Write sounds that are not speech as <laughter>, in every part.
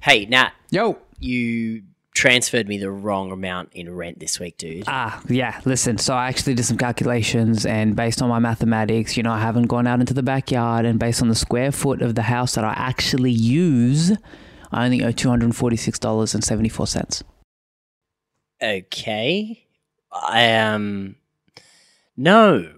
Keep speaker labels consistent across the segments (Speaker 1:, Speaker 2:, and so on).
Speaker 1: Hey, Nat,
Speaker 2: Yo.
Speaker 1: you transferred me the wrong amount in rent this week, dude.
Speaker 2: Ah, yeah. Listen, so I actually did some calculations, and based on my mathematics, you know, I haven't gone out into the backyard, and based on the square foot of the house that I actually use, I only owe two hundred forty-six dollars and seventy-four cents.
Speaker 1: Okay. I um no.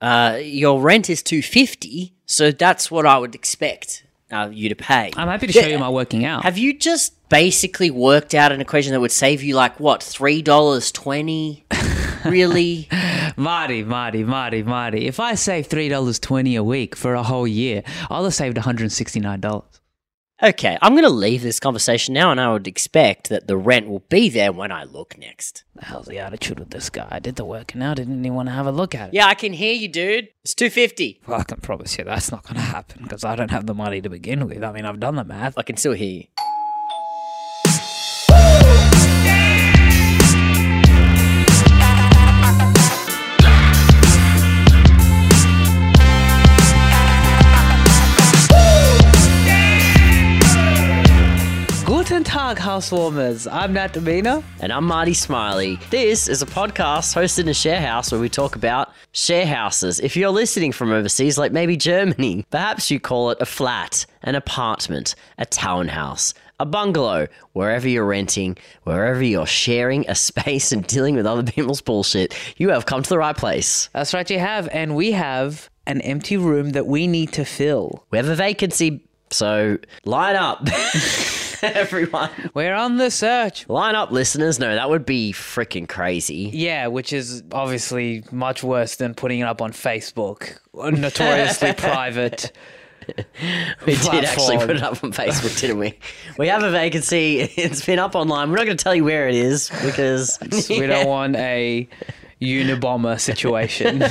Speaker 1: Uh your rent is 250, so that's what I would expect uh, you to pay.
Speaker 2: I'm happy to show
Speaker 1: Yeah.
Speaker 2: you my working out.
Speaker 1: Have you just basically worked out an equation that would save you like what, $3.20? really?
Speaker 2: Marty, Marty, Marty, Marty. If I save three dollars twenty a week for a whole year, I'll have saved one hundred sixty-nine dollars.
Speaker 1: Okay, I'm going to leave this conversation now and I would expect that the rent will be there when I look next.
Speaker 2: How's the attitude with this guy? I did the working out. Didn't even want to have a look at it.
Speaker 1: Yeah, I can hear you, dude. It's 250.
Speaker 2: Well, I can promise you that's not going to happen because I don't have the money to begin with. I mean, I've done the math.
Speaker 1: I can still hear you.
Speaker 2: Guten Tag, housewarmers. I'm Nat Domina.
Speaker 1: And I'm Marty Smiley. This is a podcast hosted in a share house where we talk about share houses. If you're listening from overseas, like maybe Germany, <laughs> perhaps you call it a flat, an apartment, a townhouse, a bungalow, wherever you're renting, wherever you're sharing a <laughs> space and dealing with other people's bullshit, you have come to the right place.
Speaker 2: That's right, you have. And we have an empty room that we need to fill.
Speaker 1: We have a vacancy, so line up, <laughs> everyone.
Speaker 2: We're on the search.
Speaker 1: Line up, listeners. No, that would be freaking crazy.
Speaker 2: Yeah, which is obviously much worse than putting it up on Facebook, a <laughs> notoriously private.
Speaker 1: We did actually
Speaker 2: platform.
Speaker 1: put it up on Facebook, didn't we? We have a vacancy. <laughs> It's been up online. We're not going to tell you where it is because
Speaker 2: We don't want a Unabomber <laughs> situation.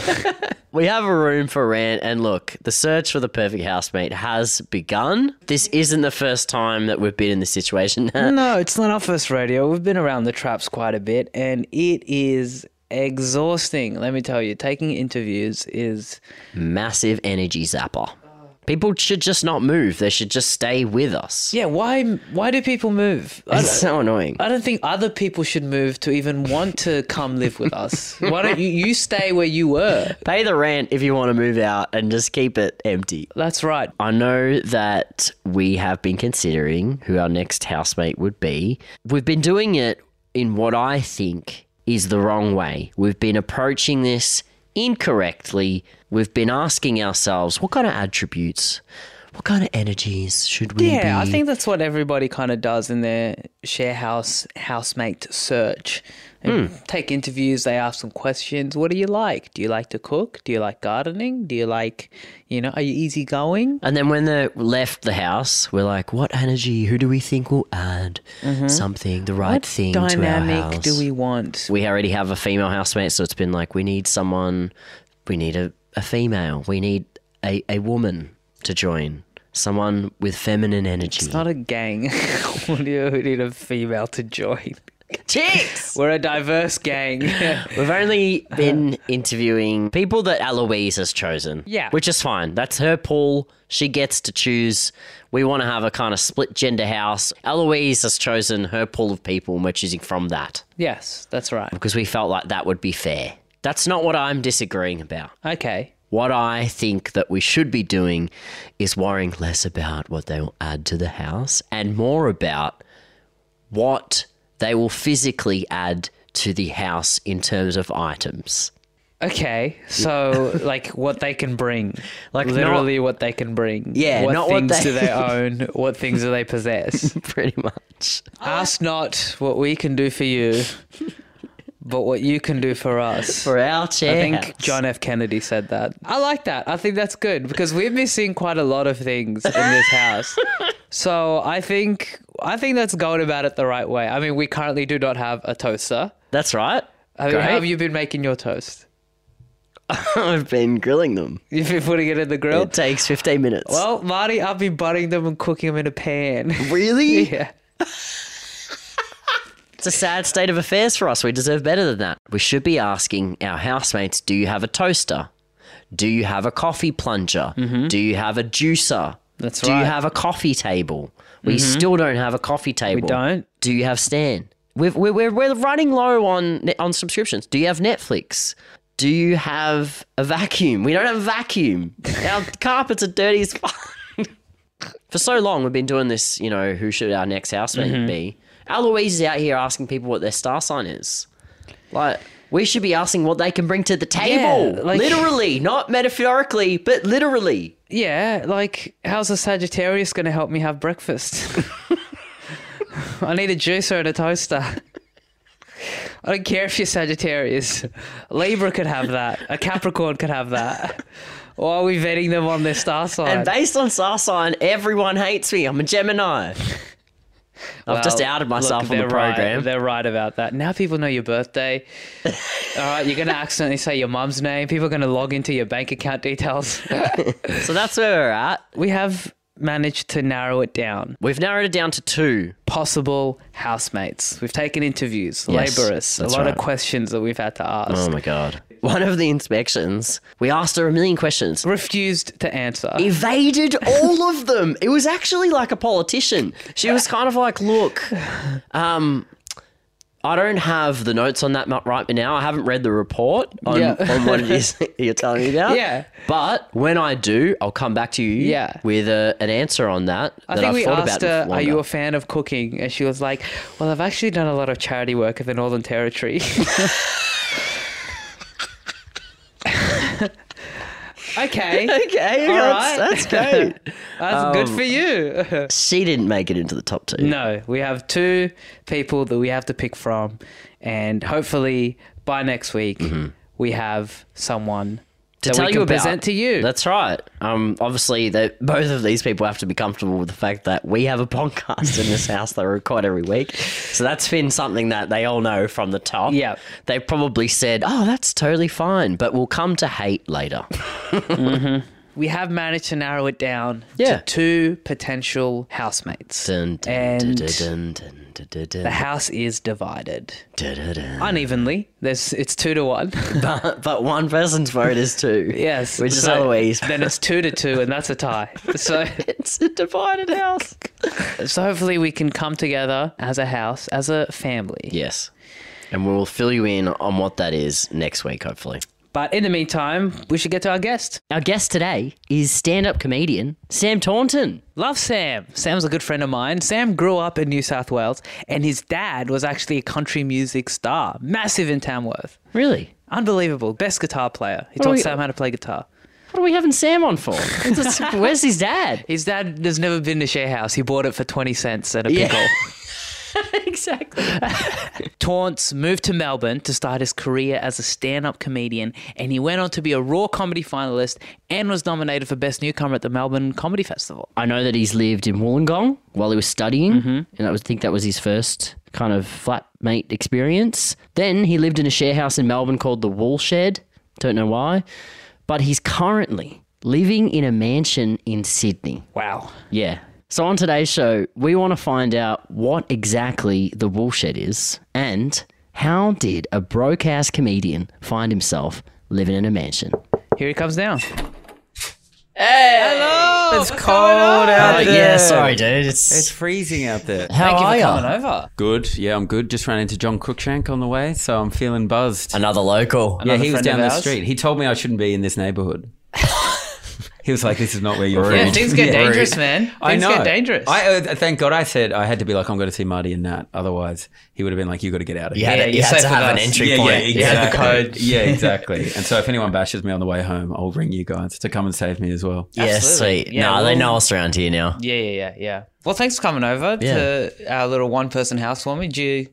Speaker 1: we have a room for rent. And look, the search for the perfect housemate has begun. This isn't the first time that we've been in this situation. <laughs>
Speaker 2: no, it's not our first radio. We've been around the traps quite a bit, and it is exhausting. Let me tell you, taking interviews is.
Speaker 1: Massive energy zapper. People should just not move. They should just stay with us.
Speaker 2: Yeah, why? Why do people <laughs> move?
Speaker 1: <laughs>
Speaker 2: I
Speaker 1: It's
Speaker 2: don't,
Speaker 1: so annoying.
Speaker 2: I don't think other people should move to even want to come live with us. Why don't you? You stay where you were.
Speaker 1: Pay the rent if you want to move out and just keep it empty.
Speaker 2: That's right.
Speaker 1: I know that we have been considering who our next housemate would be. We've been doing it in what I think is the wrong way. We've been approaching this incorrectly. We've been asking ourselves what kind of attributes, what kind of energies should we be?
Speaker 2: Yeah, I think that's what everybody kind of does in their share house housemate search. They
Speaker 1: Hmm.
Speaker 2: Take interviews. They ask some questions. What do you like? Do you like to cook? Do you like gardening? Do you like, you know, are you easygoing?
Speaker 1: And then when they left the house, we're like, what energy? Who do we think will add something, the right thing to our house?
Speaker 2: Mm-hmm. Dynamic. Do we want?
Speaker 1: we already have a female housemate, so it's been like we need someone, we need a, a female, we need a, a woman to join, someone with feminine energy.
Speaker 2: Not a gang. <laughs> What do you we need a female to join?
Speaker 1: Chicks!
Speaker 2: We're a diverse gang. <laughs>
Speaker 1: We've only been interviewing people that Eloise has chosen.
Speaker 2: Yeah.
Speaker 1: Which is fine. That's her pool. She gets to choose. We want to have a kind of split gender house. Eloise has chosen her pool of people, and we're choosing from that
Speaker 2: yes, that's right.
Speaker 1: because we felt like that would be fair. That's not what I'm disagreeing about.
Speaker 2: Okay.
Speaker 1: What I think that we should be doing is worrying less about what they will add to the house and more about what they will physically add to the house in terms of items. <laughs>
Speaker 2: Okay. So, like, what they can bring.
Speaker 1: <laughs> Like,
Speaker 2: Like,
Speaker 1: not-
Speaker 2: literally, what they can bring.
Speaker 1: Yeah,
Speaker 2: What
Speaker 1: not what they- <laughs>
Speaker 2: things do they own? What things do they possess?
Speaker 1: Pretty much.
Speaker 2: Ask not what we can do for you, but what you can do for us.
Speaker 1: For our
Speaker 2: I
Speaker 1: chair.
Speaker 2: think John F. Kennedy said that. I like that. I think that's good because we're missing quite a lot of things in
Speaker 1: <laughs>
Speaker 2: this house. so I think I think that's going about it the right way. I mean, we currently do not have a toaster.
Speaker 1: That's right.
Speaker 2: I mean, how
Speaker 1: Great.
Speaker 2: have you been making your toast?
Speaker 1: <laughs> I've been grilling them.
Speaker 2: You've been putting it in the grill.
Speaker 1: It takes 15 minutes.
Speaker 2: Well, Marty, I've been butting them and cooking them in a <laughs> pan.
Speaker 1: <laughs> really?
Speaker 2: yeah.
Speaker 1: It's a sad state of affairs for us. We deserve better than that. We should be asking our housemates do you have a toaster? Do you have a coffee plunger? Do you have a juicer?
Speaker 2: Mm-hmm. That's
Speaker 1: Do
Speaker 2: right. Mm-hmm.
Speaker 1: you have a coffee table? We still don't have a coffee table.
Speaker 2: we don't.
Speaker 1: Do you have Stan? We've, we're, we're, we're running low on ne- on subscriptions. Do you have Netflix? Do you have a vacuum? We don't have a
Speaker 2: <laughs>
Speaker 1: vacuum. Our carpets are dirty as fuck. For so long, we've been doing this, you know, who should our next housemate be?
Speaker 2: Mm-hmm.
Speaker 1: Our Louise is out here asking people what their star sign is. Like, we should be asking what they can bring to the table.
Speaker 2: like-
Speaker 1: literally, not metaphorically, but literally.
Speaker 2: Yeah, like how's a Sagittarius going to help me have breakfast? <laughs> I need a juicer and a toaster. I don't care if you're Sagittarius. Libra could have that. A Capricorn could have that. Why are we vetting them on their star sign?
Speaker 1: And based on star sign, everyone hates me. I'm a Gemini. <laughs> I've just
Speaker 2: Well,
Speaker 1: outed myself
Speaker 2: look,
Speaker 1: on the
Speaker 2: they're right.
Speaker 1: program.
Speaker 2: They're right about that. Now people know your
Speaker 1: <laughs>
Speaker 2: birthday. All right, you're going to accidentally say your mum's name. People are going to log into your bank account details.
Speaker 1: So that's where we're at.
Speaker 2: we have managed to narrow it down.
Speaker 1: We've narrowed it down to two.
Speaker 2: possible housemates. We've taken interviews,
Speaker 1: Yes,
Speaker 2: laborers, a
Speaker 1: that's
Speaker 2: lot
Speaker 1: right.
Speaker 2: of questions that we've had to ask,
Speaker 1: my god. <laughs> One of the inspections, we asked her a million questions.
Speaker 2: refused to answer.
Speaker 1: Evaded all of them. It was actually like a politician. She was kind of like, "Look, um, I don't have the notes on that mu- right now. I haven't read the report on,
Speaker 2: Yeah.
Speaker 1: on what it
Speaker 2: <laughs>
Speaker 1: is you're telling me about.
Speaker 2: Yeah.
Speaker 1: But when I do, I'll come back to you
Speaker 2: Yeah.
Speaker 1: with a, an answer on that.
Speaker 2: I
Speaker 1: that
Speaker 2: think
Speaker 1: I've
Speaker 2: we
Speaker 1: thought
Speaker 2: asked
Speaker 1: about
Speaker 2: her, "Are you
Speaker 1: longer."
Speaker 2: a fan of cooking?" And she was like, "Well, I've actually done a lot of charity work in the Northern Territory." <laughs>
Speaker 1: <laughs>
Speaker 2: <laughs> okay,
Speaker 1: Okay,
Speaker 2: All
Speaker 1: that's,
Speaker 2: right.
Speaker 1: that's great.
Speaker 2: that's good
Speaker 1: Um,
Speaker 2: for you.
Speaker 1: <laughs> she didn't make it into the top two.
Speaker 2: No, we have two people that we have to pick from, and hopefully by next week we have someone
Speaker 1: Mm-hmm. to
Speaker 2: that
Speaker 1: tell
Speaker 2: we
Speaker 1: you
Speaker 2: can
Speaker 1: about.
Speaker 2: present to you.
Speaker 1: That's right. Um, obviously, that both of these people have to be comfortable with the fact that we have a <laughs> podcast in this house that we record every week. So that's been something that they all know from the top.
Speaker 2: Yep.
Speaker 1: they probably said, "Oh, that's totally fine," but we'll come to hate
Speaker 2: <laughs>
Speaker 1: later.
Speaker 2: we have managed to narrow it down
Speaker 1: Yeah.
Speaker 2: to two potential housemates.
Speaker 1: Dun, dun, dun,
Speaker 2: And-
Speaker 1: dun, dun, dun, dun,
Speaker 2: The
Speaker 1: dun,
Speaker 2: house is divided
Speaker 1: dun, dun, dun.
Speaker 2: unevenly. There's it's two to
Speaker 1: <laughs>
Speaker 2: one.
Speaker 1: But, but one person's vote is two.
Speaker 2: <laughs> yes,
Speaker 1: which is
Speaker 2: so
Speaker 1: Eloise.
Speaker 2: Then it's two to two, and that's a tie. So
Speaker 1: <laughs> It's a divided house.
Speaker 2: so hopefully we can come together as a house, as a family.
Speaker 1: Yes. And we'll fill you in on what that is next week, hopefully.
Speaker 2: But in the meantime, we should get to our guest.
Speaker 1: Our guest today is stand up comedian Sam Taunton.
Speaker 2: Love Sam. Sam's a good friend of mine. Sam grew up in New South Wales, and his dad was actually a country music star, massive in Tamworth.
Speaker 1: Really?
Speaker 2: Unbelievable. Best guitar player. He
Speaker 1: are
Speaker 3: Oh,
Speaker 2: taught
Speaker 1: we-
Speaker 2: Sam how to play guitar.
Speaker 1: What are we having Sam on for? It's just- Where's his
Speaker 2: <laughs>
Speaker 1: dad?
Speaker 2: His dad has never been to Share House. He bought it for 20 cents and a
Speaker 1: Yeah.
Speaker 3: <laughs>
Speaker 2: pickle.
Speaker 1: exactly.
Speaker 2: Taunts moved to Melbourne to start his career as a stand up comedian, and he went on to be a Raw Comedy finalist and was nominated for Best Newcomer at the Melbourne Comedy Festival.
Speaker 1: I know that he's lived in Wollongong while he was studying, and I would think that was his first kind of flatmate experience. Then he lived in a share house in Melbourne called the Wool Shed. Don't know why, but he's currently living in a mansion in Sydney.
Speaker 2: Wow.
Speaker 1: Yeah. So on today's show, we want to find out what exactly the wool shed is and how did a broke ass comedian find himself living in a mansion?
Speaker 2: Here he comes now.
Speaker 3: It's cold out there.
Speaker 1: dude.
Speaker 3: It's freezing out there.
Speaker 1: how
Speaker 2: Thank you for coming over.
Speaker 3: Good. Yeah, I'm good. Just ran into John Cookshank on the way, so I'm feeling buzzed.
Speaker 1: Another local.
Speaker 3: yeah,
Speaker 2: friend
Speaker 3: he was
Speaker 2: of
Speaker 3: down the
Speaker 2: ours.
Speaker 3: street. He told me I shouldn't be in this
Speaker 2: <laughs>
Speaker 3: neighborhood. he was like, "This is not where you're
Speaker 2: Yeah,
Speaker 3: from."
Speaker 2: things get dangerous, man. Things
Speaker 3: I know.
Speaker 2: get dangerous.
Speaker 3: I uh, thank God I said I had to be like, "I'm going to see Marty and Nat." Otherwise, he would have been like, "You got to get out of here."
Speaker 2: Yeah, you said with us.
Speaker 3: Yeah, yeah,
Speaker 2: You had the
Speaker 3: exactly.
Speaker 2: code. <laughs>
Speaker 3: yeah, exactly. And so, if anyone bashes me on the way home, I'll ring you guys to come and save me as well.
Speaker 1: Yeah,
Speaker 2: Absolutely. sweet. Yeah, Nah, they well- know
Speaker 1: us around here now.
Speaker 2: Yeah, yeah, yeah, yeah. Well, thanks for coming over to our little one-person housewarming. Did you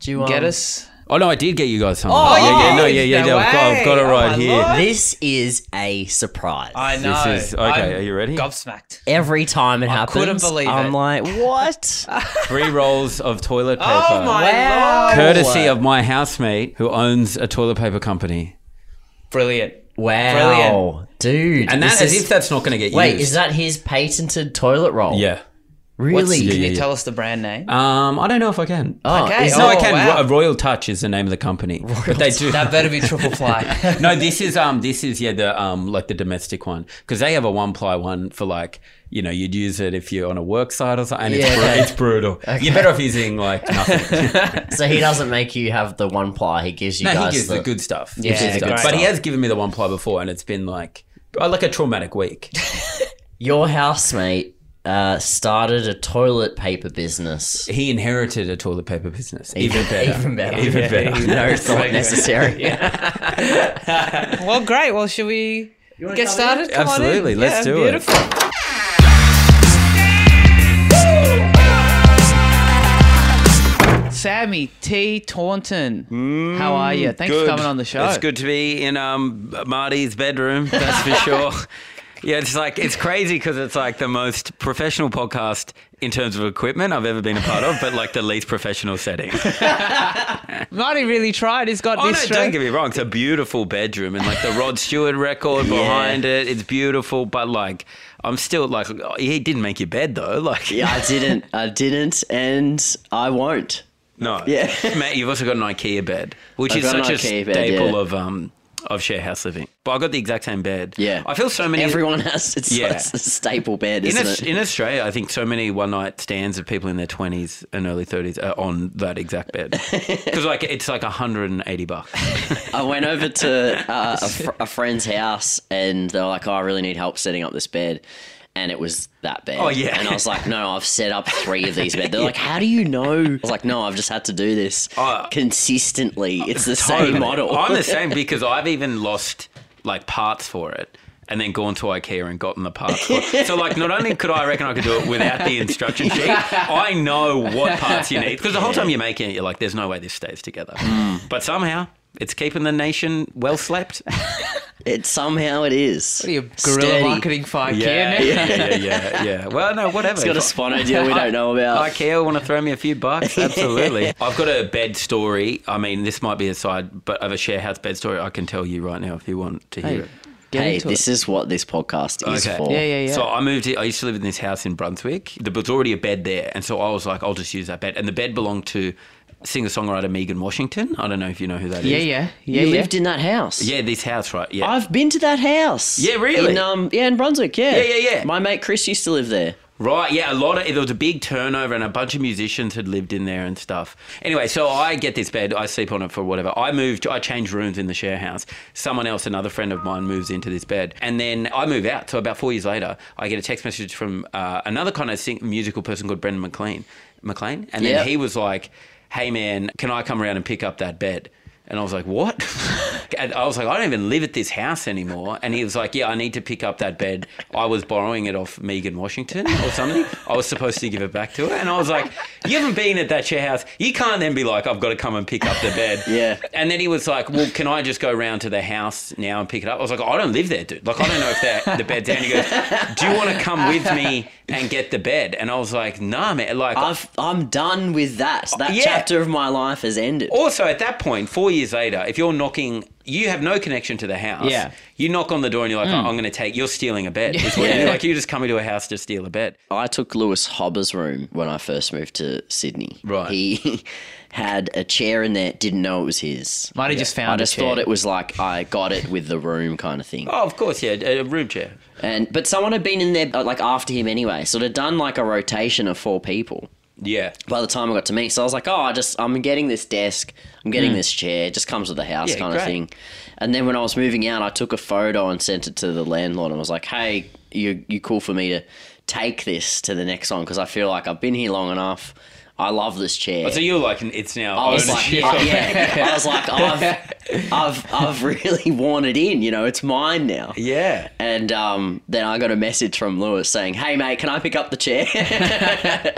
Speaker 1: Do you
Speaker 2: get us?
Speaker 3: Oh no, I did get you guys home.
Speaker 2: Oh,
Speaker 3: yeah, yeah,
Speaker 2: you
Speaker 3: no,
Speaker 2: did?
Speaker 3: yeah, yeah,
Speaker 2: No
Speaker 3: yeah. I've, got, I've got it
Speaker 2: way.
Speaker 3: right
Speaker 2: Oh, my
Speaker 3: here.
Speaker 1: <laughs>
Speaker 2: lord.
Speaker 1: This is a surprise.
Speaker 2: I know.
Speaker 3: is- okay, are you ready?
Speaker 2: Gobsmacked.
Speaker 1: Every time it happens,
Speaker 2: couldn't believe
Speaker 1: I'm
Speaker 2: it.
Speaker 1: like, what?
Speaker 3: Three rolls of toilet
Speaker 2: <laughs>
Speaker 3: paper.
Speaker 2: Oh my
Speaker 1: Wow.
Speaker 2: lord!
Speaker 3: Courtesy of my housemate who owns a toilet paper company.
Speaker 2: Brilliant.
Speaker 1: wow, dude.
Speaker 3: And that,
Speaker 1: this
Speaker 3: as
Speaker 1: is-
Speaker 3: if that's not going to
Speaker 1: <laughs>
Speaker 3: get
Speaker 1: wait,
Speaker 3: used.
Speaker 1: is that his patented toilet roll?
Speaker 3: yeah.
Speaker 1: Really?
Speaker 2: Can
Speaker 3: yeah,
Speaker 2: you
Speaker 3: yeah.
Speaker 2: tell us the brand name? Uh,
Speaker 3: Um, I don't know if I can.
Speaker 2: Okay.
Speaker 3: no, I
Speaker 2: Oh,
Speaker 3: can.
Speaker 2: wow.
Speaker 3: Ro- Royal Touch is the name of the company, but they do.
Speaker 2: that better be Triple Fly.
Speaker 3: <laughs>
Speaker 2: <laughs>
Speaker 3: no, this is um, this is yeah, the um, like the domestic one because they have a one ply one for like you know you'd use it if you're on a work site or something. And it's,
Speaker 2: Yeah,
Speaker 3: bru-
Speaker 2: <laughs> okay.
Speaker 3: it's brutal. You're better off using like nothing.
Speaker 1: So he doesn't make you have the one ply. He gives you
Speaker 3: no, he
Speaker 1: guys
Speaker 3: gives
Speaker 1: the,
Speaker 3: the good stuff.
Speaker 2: Yeah,
Speaker 3: Gives the
Speaker 1: the
Speaker 3: stuff.
Speaker 1: good
Speaker 3: but he
Speaker 1: stuff.
Speaker 3: has given me the one ply before, and it's been like uh, like a traumatic week.
Speaker 1: Your housemate uh, started a toilet paper business.
Speaker 3: he inherited a toilet paper business. Even better.
Speaker 1: Even better.
Speaker 3: <laughs> Even better.
Speaker 1: No thought necessary.
Speaker 2: well, great. Well, should we get started? Come on in.
Speaker 3: Absolutely, let's
Speaker 2: Yeah,
Speaker 3: do it.
Speaker 2: beautiful. it. Sammy T. Taunton, how are you? Thanks for coming on the show.
Speaker 3: Mm, It's good to be in um, Marty's bedroom, that's for
Speaker 2: <laughs>
Speaker 3: sure. Yeah, it's like it's crazy because it's like the most professional podcast in terms of equipment I've ever been a part of, but like the least professional setting.
Speaker 2: Marty really tried. He's got
Speaker 3: Oh
Speaker 2: this
Speaker 3: no,
Speaker 2: straight.
Speaker 3: don't get me wrong, it's a beautiful bedroom and like the
Speaker 1: <laughs>
Speaker 3: Rod Stewart record behind it. It's beautiful, but like I'm still like he didn't make your bed though. <laughs> Like
Speaker 1: Yeah, I didn't. I didn't, and I won't.
Speaker 3: No.
Speaker 1: <laughs> Yeah.
Speaker 3: Matt, you've also got an IKEA bed, which
Speaker 1: I've
Speaker 3: is
Speaker 1: got an
Speaker 3: such a
Speaker 1: IKEA bed,
Speaker 3: staple
Speaker 1: yeah.
Speaker 3: of um of share house living. But I got the exact same bed.
Speaker 1: Yeah.
Speaker 3: I feel so many
Speaker 1: Everyone has it's,
Speaker 3: Yeah.
Speaker 1: it's a staple bed,
Speaker 3: in,
Speaker 1: isn't
Speaker 3: Aus-
Speaker 1: it?
Speaker 3: in Australia, I think so many one night stands of people in their twenties and early thirties are on that exact
Speaker 1: <laughs>
Speaker 3: bed because like it's like hundred and eighty bucks.
Speaker 1: I went over to uh,
Speaker 3: <laughs>
Speaker 1: a, fr- a friend's house, and they're like, "Oh, I really need help setting up this bed." And it was that bed.
Speaker 3: Oh, yeah.
Speaker 1: And I was like, no, I've set up three of these beds.
Speaker 3: <laughs>
Speaker 1: They're like, how do you know? I was like, no, I've just had to do this
Speaker 3: Oh.
Speaker 1: consistently. It's the
Speaker 3: Totally.
Speaker 1: same model. <laughs>
Speaker 3: I'm the same because I've even lost like parts for it. And then gone to IKEA and gotten the parts. For it. So, like, not only could I I reckon I could do it without the instruction
Speaker 1: <laughs>
Speaker 3: sheet, I know what parts you need because the whole time you're making it, you're like, "There's no way this stays together."
Speaker 1: Hmm.
Speaker 3: But somehow, it's keeping the nation
Speaker 1: <laughs>
Speaker 3: well slept.
Speaker 1: It somehow it is.
Speaker 2: What are you, guerrilla
Speaker 1: Sturdy.
Speaker 2: marketing for IKEA now?
Speaker 3: yeah, yeah, yeah. Well, no, whatever.
Speaker 1: It's got a sponsor deal we don't know
Speaker 3: <laughs>
Speaker 1: about.
Speaker 3: IKEA want to throw me a
Speaker 1: <laughs>
Speaker 3: few bucks? Absolutely. I've got a bed story. I mean, this might be a side, but of a share house bed story, I can tell you right now if you want to hear
Speaker 2: Hey,
Speaker 3: it.
Speaker 2: get
Speaker 1: hey,
Speaker 2: into
Speaker 1: this
Speaker 2: it.
Speaker 1: is what this podcast is
Speaker 3: Okay.
Speaker 1: for.
Speaker 2: Yeah, yeah, yeah.
Speaker 3: So I moved. To, I used to live in this house in Brunswick. There was already a bed there, and so I was like, I'll just use that bed. And the bed belonged to singer songwriter Megan Washington. I don't know if you know who that is.
Speaker 2: yeah, yeah, yeah.
Speaker 1: You
Speaker 2: yeah.
Speaker 1: lived in that house.
Speaker 3: yeah. This house, right? Yeah.
Speaker 1: I've been to that house.
Speaker 3: Yeah, really?
Speaker 1: In, um, yeah, in Brunswick. Yeah.
Speaker 3: Yeah, yeah, yeah.
Speaker 1: My mate Chris used to live there.
Speaker 3: Right, yeah, a lot of there was a big turnover and a bunch of musicians had lived in there and stuff. Anyway, so I get this bed, I sleep on it for whatever. I moved, I changed rooms in the share house. Someone else, another friend of mine, moves into this bed, and then I move out. So about four years later, I get a text message from uh, another kind of sing- musical person called Brendan McLean, McLean, and then
Speaker 1: Yep.
Speaker 3: he was like, "Hey man, can I come around and pick up that bed?" And I was like, what? <laughs> and I was like, I don't even live at this house anymore. And he was like, yeah, I need to pick up that bed. I was borrowing it off Megan Washington or something. I was supposed to give it back to her. And I was like, you haven't been at that share house. You can't then be like, I've got to come and pick up the bed.
Speaker 1: Yeah.
Speaker 3: And then he was like, well, can I just go round to the house now and pick it up? I was like, I don't live there, dude. Like, I don't know if that, the bed's down. He goes, do you want to come with me and get the bed? And I was like, nah, man. Like,
Speaker 1: I've I'm done with that. That
Speaker 3: Oh, yeah. Oh.
Speaker 1: chapter of my life has ended.
Speaker 3: Also, at that point, four years later, if you're knocking, you have no connection to the house.
Speaker 2: Yeah.
Speaker 3: You knock on the door and you're like, oh, I'm going to take, you're stealing a bed. It's what
Speaker 1: Mm. <laughs> Yeah.
Speaker 3: you do. Like, you just come into a house to steal a bed.
Speaker 1: I took Lewis Hobber's room when I first moved to Sydney.
Speaker 3: Right.
Speaker 1: He <laughs> had a chair in there, didn't know it was his.
Speaker 2: Marty just found
Speaker 1: I
Speaker 2: a
Speaker 1: just
Speaker 2: chair.
Speaker 1: thought it was like I got it with the room kind of thing.
Speaker 3: Oh, of course, yeah, a a room chair.
Speaker 1: And but someone had been in there uh, like after him anyway, so they'd done like a rotation of four people.
Speaker 3: Yeah.
Speaker 1: by the time I got to me. So I was like, oh, I just I'm getting this desk, I'm getting this chair, it just comes with the house
Speaker 3: Hmm. Yeah,
Speaker 1: kind of
Speaker 3: great.
Speaker 1: thing. And then when I was moving out, I took a photo and sent it to the landlord and was like, hey, you you cool for me to take this to the next one because I feel like I've been here long enough. I love this chair.
Speaker 3: So you're like, it's now
Speaker 1: I was Oh, like,
Speaker 3: ownership.
Speaker 1: I- yeah. I was like, I've, I've, I've really worn it in. You know, it's mine now.
Speaker 3: <laughs> yeah.
Speaker 1: And um, then I got a message from Lewis saying, "Hey, mate, can I pick up the chair?"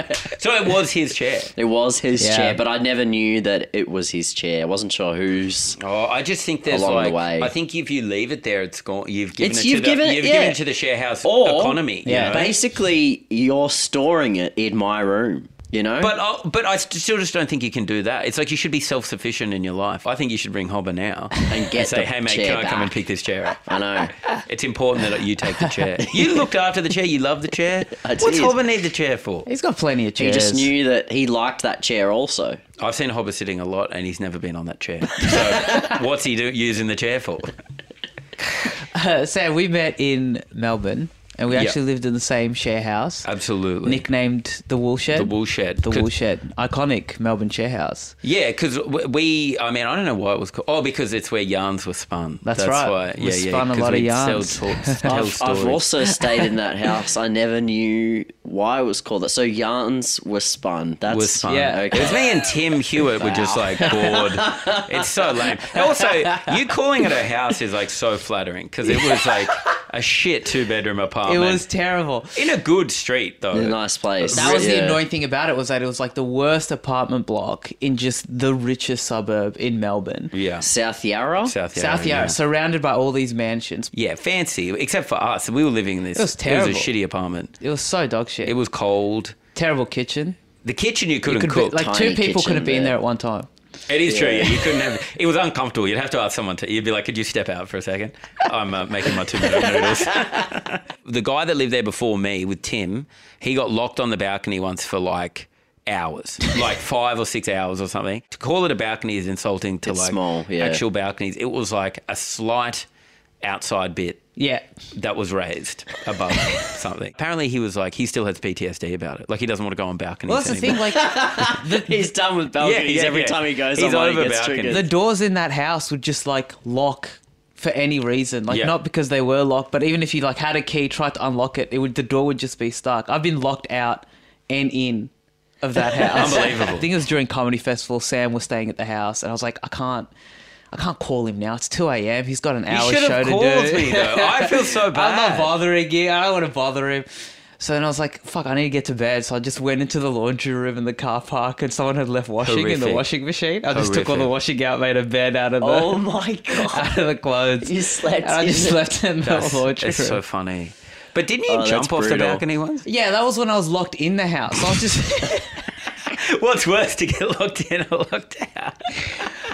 Speaker 1: <laughs>
Speaker 3: So it was his chair.
Speaker 1: It was his
Speaker 2: Yeah.
Speaker 1: chair, but I never knew that it was his chair. I wasn't sure whose.
Speaker 3: Oh, I just think there's
Speaker 1: Along the
Speaker 3: like,
Speaker 1: way.
Speaker 3: I think if you leave it there, it's gone. You've given
Speaker 1: It's-
Speaker 3: it to
Speaker 1: you've
Speaker 3: the,
Speaker 1: given it-
Speaker 3: you've
Speaker 1: yeah.
Speaker 3: given it to the share house
Speaker 1: Or-
Speaker 3: economy. you
Speaker 2: Yeah.
Speaker 3: know?
Speaker 1: Basically, you're storing it in my room. You know,
Speaker 3: But I, but I st- still just don't think you can do that. It's like you should be self sufficient in your life. I think you should ring Hobber now and
Speaker 1: Get
Speaker 3: say,
Speaker 1: the
Speaker 3: "Hey mate,
Speaker 1: chair
Speaker 3: can I come and
Speaker 1: back."
Speaker 3: pick this chair
Speaker 1: <laughs>
Speaker 3: up?"
Speaker 1: I
Speaker 2: <laughs>
Speaker 1: know.
Speaker 3: It's important that you take the chair. You looked after the chair. You love the chair.
Speaker 1: I
Speaker 3: What's
Speaker 1: did.
Speaker 3: Hobber need the chair for?
Speaker 2: He's got plenty of
Speaker 1: He
Speaker 2: chairs.
Speaker 1: just knew that he liked that chair also.
Speaker 3: I've seen Hobber sitting a lot, and he's never been on that chair. So <laughs> what's he do- using the chair for?
Speaker 2: Uh, Sam, we met in Melbourne, and we
Speaker 3: Yeah.
Speaker 2: actually lived in the same share house,
Speaker 3: Absolutely.
Speaker 2: nicknamed the Wool Shed.
Speaker 3: the wool shed.
Speaker 2: The Wool Shed, iconic Melbourne share house.
Speaker 3: Yeah, because we, I mean, I don't know why it was called. Oh, because it's where yarns were spun.
Speaker 2: That's right.
Speaker 3: Why.
Speaker 2: We spun a
Speaker 3: 'cause
Speaker 2: lot of
Speaker 3: we'd
Speaker 2: yarns.
Speaker 3: Sell talks, tell
Speaker 1: I've,
Speaker 3: stories.
Speaker 1: I've
Speaker 2: <laughs>
Speaker 1: also stayed in that house. I never knew why it was called that. So yarns were spun. That's
Speaker 3: was fun.
Speaker 2: Yeah.
Speaker 3: It was
Speaker 1: okay.
Speaker 3: me and
Speaker 2: <laughs>
Speaker 3: Tim Hewitt were just like bored. It's so lame. And also, you calling it a house is like so flattering because it was like a shit two bedroom
Speaker 2: It
Speaker 3: apartment.
Speaker 2: was terrible.
Speaker 3: in a good street though.
Speaker 1: A nice place.
Speaker 2: That was the
Speaker 1: Yeah.
Speaker 2: annoying thing about it was that it was like the worst apartment block in just the richest suburb in Melbourne.
Speaker 3: Yeah.
Speaker 1: South Yarra.
Speaker 3: South Yarra.
Speaker 2: South Yarra,
Speaker 3: yeah.
Speaker 2: surrounded by all these mansions.
Speaker 3: Yeah, fancy. Except for us, we were living in this.
Speaker 2: It was
Speaker 3: It was
Speaker 2: terrible.
Speaker 3: a shitty apartment.
Speaker 2: It was so dog shit.
Speaker 3: It was cold.
Speaker 2: terrible kitchen.
Speaker 3: The kitchen you couldn't
Speaker 2: Could be,
Speaker 3: cook.
Speaker 2: like
Speaker 1: Tiny
Speaker 2: two people
Speaker 1: kitchen
Speaker 2: could have
Speaker 1: there.
Speaker 2: been there at one time.
Speaker 3: It is true. Yeah, you couldn't have. It was uncomfortable. You'd have to ask someone to. You'd be like, "Could you step out for a second? I'm uh, making my two minute noodles." <laughs> the guy that lived there before me with Tim, he got locked on the balcony once for like <laughs> hours, like five or six hours or something. To call it a balcony is insulting to
Speaker 1: It's
Speaker 3: like
Speaker 1: small, yeah.
Speaker 3: actual balconies. It was like a slight outside bit
Speaker 2: Yeah.
Speaker 3: that was raised <laughs> above something. Apparently, he was like he still has PTSD about it. Like he doesn't want to go on balconies.
Speaker 2: Well, that's the
Speaker 3: anymore.
Speaker 2: thing.
Speaker 1: <laughs>
Speaker 2: Like
Speaker 1: He's done with balconies
Speaker 3: Yeah, yeah,
Speaker 1: every
Speaker 3: yeah.
Speaker 1: time he goes.
Speaker 3: He's
Speaker 1: on one, he
Speaker 3: over
Speaker 1: gets
Speaker 3: balconies.
Speaker 1: triggered.
Speaker 2: the doors in that house would just like lock for any reason like
Speaker 3: Yeah.
Speaker 2: not because they were locked but even if you like had a key tried to unlock it it would the door would just be stuck i've been locked out and in of
Speaker 3: <laughs>
Speaker 2: that house
Speaker 3: Unbelievable.
Speaker 2: i think it was during comedy festival sam was staying at the house and i was like i can't i can't call him now it's 2 a.m he's got an hour
Speaker 3: should
Speaker 2: show
Speaker 3: have
Speaker 2: to
Speaker 3: called
Speaker 2: do <laughs>
Speaker 3: me though. I feel <laughs> so bad.
Speaker 2: i'm not bothering you i don't want to bother him so then I was like, fuck, I need to get to bed. So I just went into the laundry room in the car park and someone had left washing in
Speaker 3: Horrific.
Speaker 2: the washing machine. I just took all
Speaker 3: Horrific.
Speaker 2: the washing out, made a bed out of
Speaker 1: <laughs>
Speaker 2: the
Speaker 1: oh my god!
Speaker 2: <laughs> out of the <laughs> clothes.
Speaker 1: You slept
Speaker 2: And I just
Speaker 1: in.
Speaker 2: slept in the
Speaker 3: That's,
Speaker 2: laundry
Speaker 3: it's so
Speaker 2: room.
Speaker 3: funny. But didn't you
Speaker 1: Oh, that's
Speaker 3: jump off the
Speaker 1: brutal.
Speaker 3: balcony once?
Speaker 2: yeah, that was when I was locked in the house. I was just,
Speaker 3: <laughs>
Speaker 2: <laughs>
Speaker 3: What's worse, to get locked in or locked out?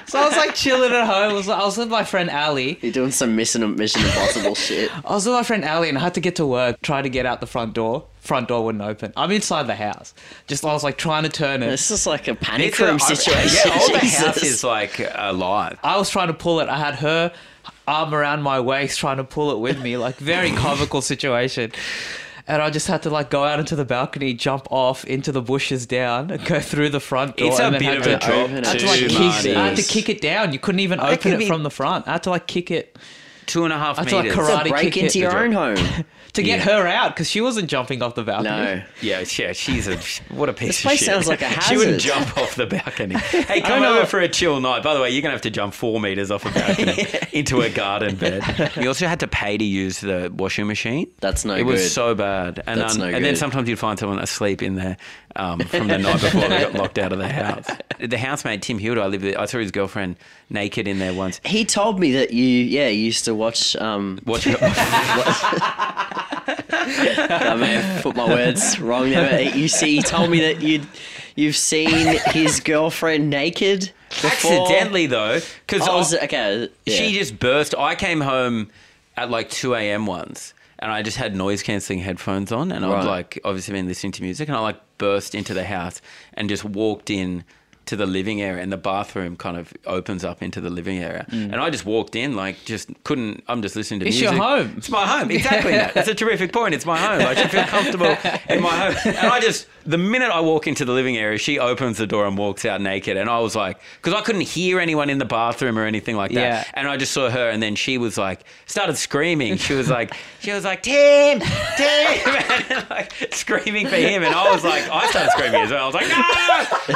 Speaker 2: so I was like chilling at home. I was, I was with my friend Ali.
Speaker 1: You're doing some mission Mission Impossible <laughs> shit.
Speaker 2: I was with my friend Ali, and I had to get to work. Tried to get out the front door. Front door wouldn't open. I'm inside the house. Just I was like trying to turn it.
Speaker 1: This is like a panic
Speaker 3: It's
Speaker 1: room
Speaker 3: a-
Speaker 1: situation.
Speaker 3: Yeah, all the
Speaker 1: <laughs>
Speaker 3: house
Speaker 1: Jesus.
Speaker 3: is like alive.
Speaker 2: I was trying to pull it. I had her arm around my waist trying to pull it with me, like <laughs> very comical situation. And I just had to like go out into the balcony, jump off into the bushes down, and go through the front door.
Speaker 3: It's a
Speaker 2: and
Speaker 3: bit
Speaker 2: had
Speaker 3: of
Speaker 2: to
Speaker 3: a drop
Speaker 1: open it
Speaker 2: I had to like
Speaker 1: Too
Speaker 2: kick,
Speaker 1: much.
Speaker 3: to
Speaker 2: I had to
Speaker 3: Marty's.
Speaker 2: kick it down. You couldn't even open
Speaker 3: could
Speaker 2: it
Speaker 3: be-
Speaker 2: from the front. I had to like kick it
Speaker 3: Two and a half
Speaker 2: I thought
Speaker 3: meters.
Speaker 2: karate-
Speaker 1: break
Speaker 2: kick
Speaker 1: into
Speaker 2: it.
Speaker 1: your
Speaker 3: <laughs>
Speaker 1: own home.
Speaker 2: to get
Speaker 3: Yeah.
Speaker 2: her out because she wasn't jumping off the balcony.
Speaker 1: No.
Speaker 3: Yeah, yeah, she's a what a piece
Speaker 1: This
Speaker 3: of
Speaker 1: place
Speaker 3: shit.
Speaker 1: sounds like a
Speaker 3: <laughs> She
Speaker 1: hazard.
Speaker 3: wouldn't jump off the
Speaker 1: <laughs>
Speaker 3: balcony. Hey, come
Speaker 1: know.
Speaker 3: over for a chill night. By the way, you're gonna have to jump four meters off a
Speaker 1: <laughs>
Speaker 3: balcony into a garden bed. You also had to pay to use the washing machine.
Speaker 1: That's no
Speaker 3: It
Speaker 1: good.
Speaker 3: was so bad. And
Speaker 1: That's
Speaker 3: then,
Speaker 1: no
Speaker 3: and then
Speaker 1: good.
Speaker 3: sometimes you'd find someone asleep in there um, from the night before they
Speaker 1: <laughs>
Speaker 3: got locked out of their house. The housemate Tim Hilda, I lived with, I saw his girlfriend naked in there once.
Speaker 1: He told me that you, yeah, you used to watch. Um, <laughs>
Speaker 3: Watch it.
Speaker 1: I may have put my words wrong there. But you see, he told me that you, you've seen his girlfriend naked before.
Speaker 3: Accidentally though, because
Speaker 1: Oh, was it- okay. yeah.
Speaker 3: She just burst. I came home at like 2 a.m. once and I just had noise cancelling headphones on and
Speaker 1: Right.
Speaker 3: I'd like obviously been listening to music and I like burst into the house and just walked in to the living area and the bathroom kind of opens up into the living area. And I just walked in, like just couldn't I'm just listening to
Speaker 2: Mm. It's your
Speaker 3: music.
Speaker 2: home.
Speaker 3: It's my
Speaker 1: <laughs>
Speaker 3: home. Exactly. Nat. That's a terrific point. It's my home. I should feel comfortable in my home. And I just the minute I walk into the living area, she opens the door and walks out naked. And I was like, because I couldn't hear anyone in the bathroom or anything like that
Speaker 2: Yeah.
Speaker 3: and I just saw her, and then she was like started screaming. She was like, she was like, Tim, <laughs> Tim, and like screaming for him, and I was like, I started screaming as well. I was like,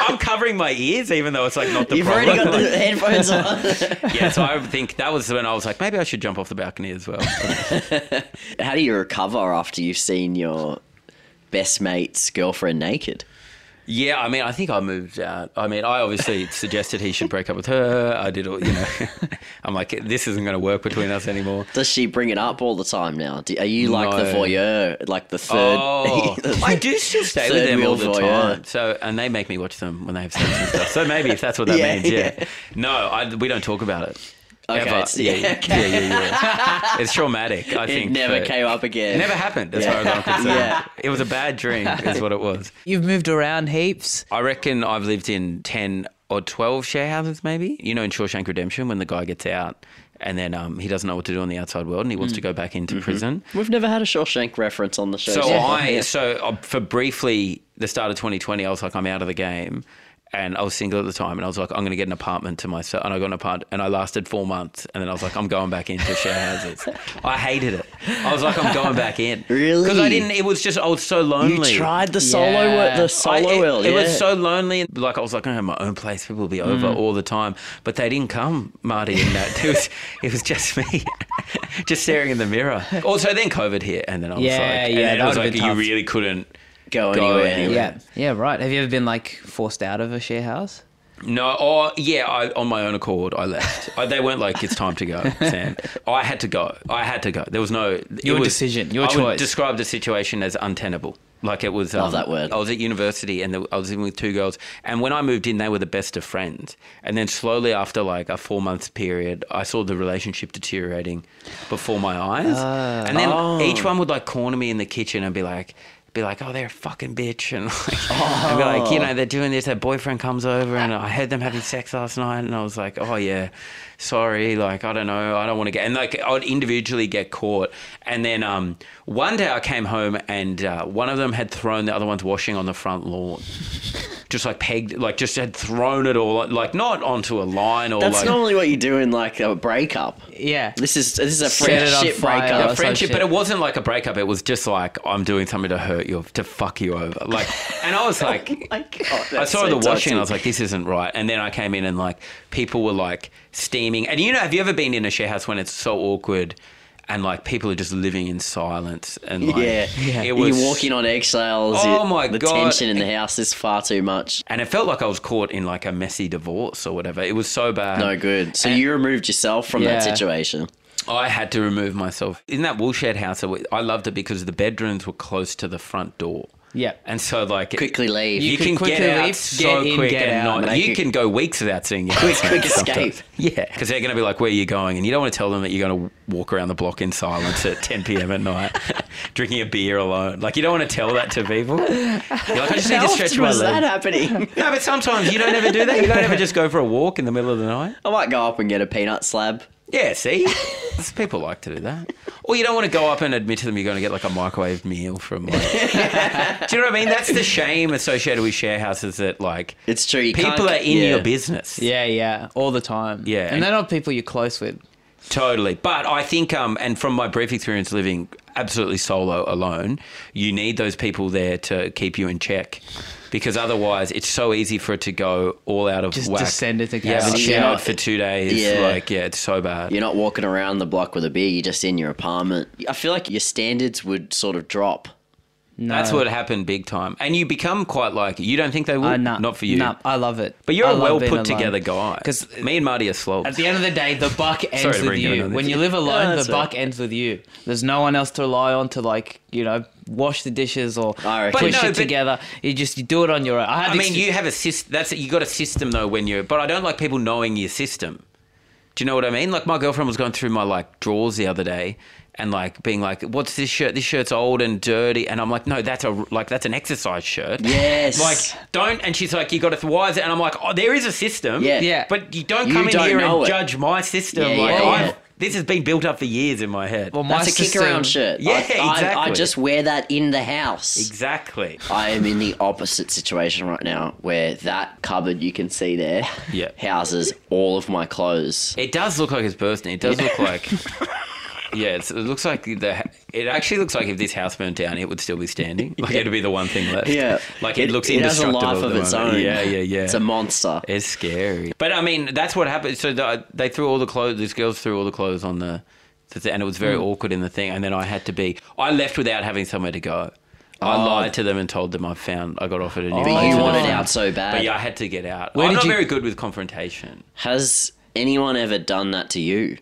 Speaker 3: no, I'm covering my ears, even though it's like not
Speaker 1: <laughs>
Speaker 3: the
Speaker 1: You've
Speaker 3: problem.
Speaker 1: already got the headphones
Speaker 3: <laughs>
Speaker 1: on.
Speaker 3: yeah, so I think that was when I was like, maybe I should jump off the balcony as well.
Speaker 1: How do you recover after you've seen your best mate's girlfriend naked?
Speaker 3: Yeah, I mean, I think I moved out. I mean, I
Speaker 1: <laughs>
Speaker 3: obviously suggested he should break up with her. I did all, you know. <laughs> I'm like, this isn't going to work between us anymore.
Speaker 1: Does she bring it up all the time now? Do, are you like the
Speaker 3: No.
Speaker 1: voyeur, like the third? <laughs>
Speaker 3: Oh, I do still stay with
Speaker 1: Third
Speaker 3: them all the
Speaker 1: wheel voyeur.
Speaker 3: time. So, and they make me watch them when they have sex and stuff. So maybe if that's what
Speaker 1: <laughs>
Speaker 3: that
Speaker 1: Yeah,
Speaker 3: means, yeah.
Speaker 1: yeah.
Speaker 3: No, I, we don't talk about it.
Speaker 1: Okay,
Speaker 3: Ever.
Speaker 1: it's- <laughs>
Speaker 3: yeah,
Speaker 1: yeah,
Speaker 3: yeah, yeah, yeah. It's traumatic. I
Speaker 1: it
Speaker 3: think
Speaker 1: never
Speaker 3: for-
Speaker 1: came up again.
Speaker 3: It never happened, as far as I'm concerned.
Speaker 1: Yeah.
Speaker 3: It was a bad dream, is what it was.
Speaker 2: You've moved around heaps.
Speaker 3: I reckon I've lived in 10 or 12 share houses, maybe. You know, in Shawshank Redemption, when the guy gets out and then um, he doesn't know what to do in the outside world and he
Speaker 1: Mm.
Speaker 3: wants to go back into prison.
Speaker 1: We've never had a Shawshank reference on the show.
Speaker 3: So
Speaker 1: Mm-hmm. Yeah.
Speaker 3: I, so uh, for briefly, the start of 2020, I was like, I'm out of the game. And I was single at the time, and I was like, I'm going to get an apartment to myself. And I got an apartment, and I lasted four months. And then I was like, I'm going back into share
Speaker 1: <laughs>
Speaker 3: houses. I hated it. I was like, I'm going back in.
Speaker 1: Really?
Speaker 3: Because I didn't, it was just, I was so
Speaker 1: you
Speaker 3: lonely.
Speaker 1: tried the solo,
Speaker 2: Yeah.
Speaker 1: yeah. the
Speaker 3: I-
Speaker 1: solo
Speaker 3: it,
Speaker 1: world.
Speaker 3: it
Speaker 1: yeah.
Speaker 3: was so lonely. and Like I was like, I have my own place. People will be
Speaker 2: Mm.
Speaker 3: over all the time, but they didn't come, Marty. And that it was, <laughs> it was just me, <laughs> just staring in the mirror. Also, then COVID hit, and then I was
Speaker 2: Yeah,
Speaker 3: like, and
Speaker 2: yeah,
Speaker 3: then
Speaker 2: that
Speaker 3: it was
Speaker 2: would've
Speaker 3: like
Speaker 2: been
Speaker 3: you
Speaker 2: tough.
Speaker 3: really couldn't.
Speaker 1: go
Speaker 3: Go
Speaker 1: anywhere.
Speaker 3: anywhere.
Speaker 2: Yeah, yeah, right. Have you ever been like forced out of a share house?
Speaker 3: No, or yeah, I, on my own accord, I left. I, they weren't like it's time to go, Sam. I had to go. I had to go. There was no it
Speaker 2: Your
Speaker 3: was-
Speaker 2: decision, your
Speaker 3: I
Speaker 2: choice.
Speaker 3: Would describe the situation as untenable. Like it was. um,
Speaker 1: Love that word.
Speaker 3: I was at university and there, I was in with two girls, and when I moved in, they were the best of friends. And then slowly, after like a four month period, I saw the relationship deteriorating before my eyes.
Speaker 1: Ah.
Speaker 3: and then
Speaker 1: Oh.
Speaker 3: each one would like corner me in the kitchen and be like. Be like, oh, they're a fucking bitch, <laughs> and like, and be like,
Speaker 1: Oh.
Speaker 3: you know, they're doing this. Her boyfriend comes over, and I heard them having sex last night, and I was like, oh yeah, sorry, like I don't know, I don't want to get, and like I'd individually get caught, and then um, one day I came home, and uh, one of them had thrown the other one's washing on the front lawn, just like pegged, like just had thrown it all, like not onto a line or
Speaker 1: That's
Speaker 3: like.
Speaker 1: normally what you do in like a breakup.
Speaker 2: Yeah.
Speaker 1: This is this is a
Speaker 2: Set it on
Speaker 1: friendship <laughs>
Speaker 2: fire.
Speaker 1: breakup.
Speaker 2: Yeah, fr-
Speaker 3: friendship,
Speaker 2: shit.
Speaker 3: but it wasn't like a breakup. It was just like I'm doing something to hurt you, to fuck you over. Like, and I was like,
Speaker 1: My God,
Speaker 3: I
Speaker 1: that's
Speaker 3: saw
Speaker 1: so
Speaker 3: the washing and I was
Speaker 1: toxic.
Speaker 3: like, this isn't right. And then I came in and like people were like steaming. And you know, have you ever been in a share house when it's so awkward and like people are just living in silence and like
Speaker 1: yeah.
Speaker 3: it was
Speaker 1: You're walking on eggshells.
Speaker 3: Oh
Speaker 1: it-
Speaker 3: my
Speaker 1: the
Speaker 3: God.
Speaker 1: tension in the house is far too much.
Speaker 3: and it felt like I was caught in like a messy divorce or whatever. It was so bad.
Speaker 1: No good. So you removed yourself from that
Speaker 2: Yeah.
Speaker 1: situation.
Speaker 3: I had to remove myself. In that woolshed house, it wa- I loved it because the bedrooms were close to the front door.
Speaker 2: Yeah.
Speaker 3: And so like it-
Speaker 1: Quickly leave.
Speaker 3: You,
Speaker 2: You
Speaker 3: can,
Speaker 2: can
Speaker 3: get
Speaker 2: quickly
Speaker 3: out
Speaker 2: leave,
Speaker 3: so
Speaker 2: get in,
Speaker 3: quick
Speaker 2: get
Speaker 3: and
Speaker 2: out,
Speaker 3: not.
Speaker 1: make
Speaker 3: You
Speaker 1: it-
Speaker 3: can go weeks without seeing your
Speaker 1: Quick-
Speaker 3: house <laughs>
Speaker 1: quick
Speaker 3: sometimes.
Speaker 1: escape.
Speaker 3: Yeah, because they're going to be like, "Where are you going?" And you don't want to tell them that you're going to walk around the block in silence at 10 p.m.
Speaker 1: <laughs>
Speaker 3: at night, drinking a beer alone. Like you don't want to tell that to people. You're like, "I just need
Speaker 1: How
Speaker 3: to
Speaker 1: often
Speaker 3: stretch my
Speaker 1: was that
Speaker 3: leg."
Speaker 1: happening?
Speaker 3: No, but sometimes you don't ever do that. You don't ever just go for a walk in the middle of the night.
Speaker 1: <laughs> I might go up and get a peanut slab.
Speaker 3: Yeah, see, people like to do that. Or you don't want to go up and admit to them you're going to get like a microwave meal
Speaker 1: <laughs>
Speaker 3: from. Like, do you know what I mean? That's the shame associated with share houses that like.
Speaker 1: It's true. You
Speaker 3: People
Speaker 1: can't-
Speaker 3: are in
Speaker 1: yeah.
Speaker 3: your business.
Speaker 2: Yeah, yeah, all the time.
Speaker 3: Yeah,
Speaker 2: and,
Speaker 3: and-
Speaker 2: they're not people you're close with.
Speaker 3: Totally. But I think, um, and from my brief experience living absolutely solo alone, you need those people there to keep you in check because otherwise it's so easy for it to go all out of
Speaker 2: Just
Speaker 3: whack.
Speaker 2: descend into
Speaker 3: You haven't
Speaker 2: chaos.
Speaker 1: Yeah.
Speaker 3: showered for two days.
Speaker 1: Yeah.
Speaker 3: Like, yeah, it's so bad.
Speaker 1: You're not walking around the block with a beer. You're just in your apartment. I feel like your standards would sort of drop.
Speaker 2: No.
Speaker 3: That's what happened big time. And you become quite like, you don't think they would?
Speaker 2: Uh, nah,
Speaker 3: Not for you.
Speaker 2: Nah, I love it.
Speaker 3: But you're
Speaker 2: I
Speaker 3: a
Speaker 2: love
Speaker 3: well
Speaker 2: being
Speaker 3: put
Speaker 2: alone.
Speaker 3: together guy.
Speaker 2: 'Cause-
Speaker 3: Because me and Marty are slobs.
Speaker 2: At the end of the day, the buck
Speaker 3: <laughs> Sorry
Speaker 2: ends
Speaker 3: to
Speaker 2: with
Speaker 3: bring it
Speaker 2: you.
Speaker 3: on this.
Speaker 2: When you live alone,
Speaker 1: that's
Speaker 2: the
Speaker 1: all
Speaker 2: buck ends with you. There's no one else to rely on to like you know wash the dishes or
Speaker 1: I reckon.
Speaker 2: push
Speaker 3: But no,
Speaker 2: it
Speaker 3: but-
Speaker 2: together. You just you do it on your own. I, had
Speaker 3: I
Speaker 2: the
Speaker 3: mean,
Speaker 2: ex-
Speaker 3: you have a system. That's you got a system though when you're. But I don't like people knowing your system. Do you know what I mean? Like my girlfriend was going through my like drawers the other day and like being like, "What's this shirt? This shirt's old and dirty." And I'm like, "No, that's a like that's an exercise shirt."
Speaker 1: Yes.
Speaker 3: Like don't. And she's like, "You got to why is it?" And I'm like, "Oh, there is a system."
Speaker 1: Yeah.
Speaker 2: Yeah.
Speaker 3: But you don't
Speaker 1: You
Speaker 3: come in
Speaker 1: don't
Speaker 3: here and
Speaker 1: know it.
Speaker 3: judge my system.
Speaker 1: Yeah,
Speaker 3: like
Speaker 1: yeah,
Speaker 3: I've,
Speaker 1: yeah.
Speaker 3: this has been built up for years in my head.
Speaker 2: Well, my
Speaker 1: That's a kick
Speaker 2: system-
Speaker 1: around shirt.
Speaker 3: Yeah,
Speaker 1: I, I, I
Speaker 3: exactly.
Speaker 1: just wear that in the house.
Speaker 3: exactly.
Speaker 1: I am in the opposite situation right now where that cupboard you can see there
Speaker 3: <laughs> Yeah.
Speaker 1: houses all of my clothes.
Speaker 3: It does look like it's bursting. It does
Speaker 1: <laughs>
Speaker 3: look like. Yeah, it's, it looks like the. It actually looks like if this house burned down, it would still be standing. Like it'd be the one thing left.
Speaker 1: Yeah.
Speaker 3: <laughs> like it, looks
Speaker 1: it has a
Speaker 3: indestructible.
Speaker 1: life
Speaker 3: at
Speaker 1: of
Speaker 3: the
Speaker 1: its
Speaker 3: moment.
Speaker 1: own.
Speaker 3: Yeah, yeah, yeah.
Speaker 1: It's a monster.
Speaker 3: It's scary. But I mean, that's what happened. So the, they threw all the clothes. These girls threw all the clothes on
Speaker 1: Mm.
Speaker 3: the, the thing, and it was very awkward in the thing. And then I had to be. I left without having somewhere to go. I lied to them and told them I found I got offered a new.
Speaker 1: Oh. But
Speaker 3: place
Speaker 1: you
Speaker 3: in the
Speaker 1: wanted
Speaker 3: firm.
Speaker 1: out so bad.
Speaker 3: But yeah, I had to get out.
Speaker 2: Where
Speaker 3: I'm
Speaker 2: did
Speaker 3: not
Speaker 2: you-
Speaker 3: very good with confrontation.
Speaker 1: Has anyone ever done that to you?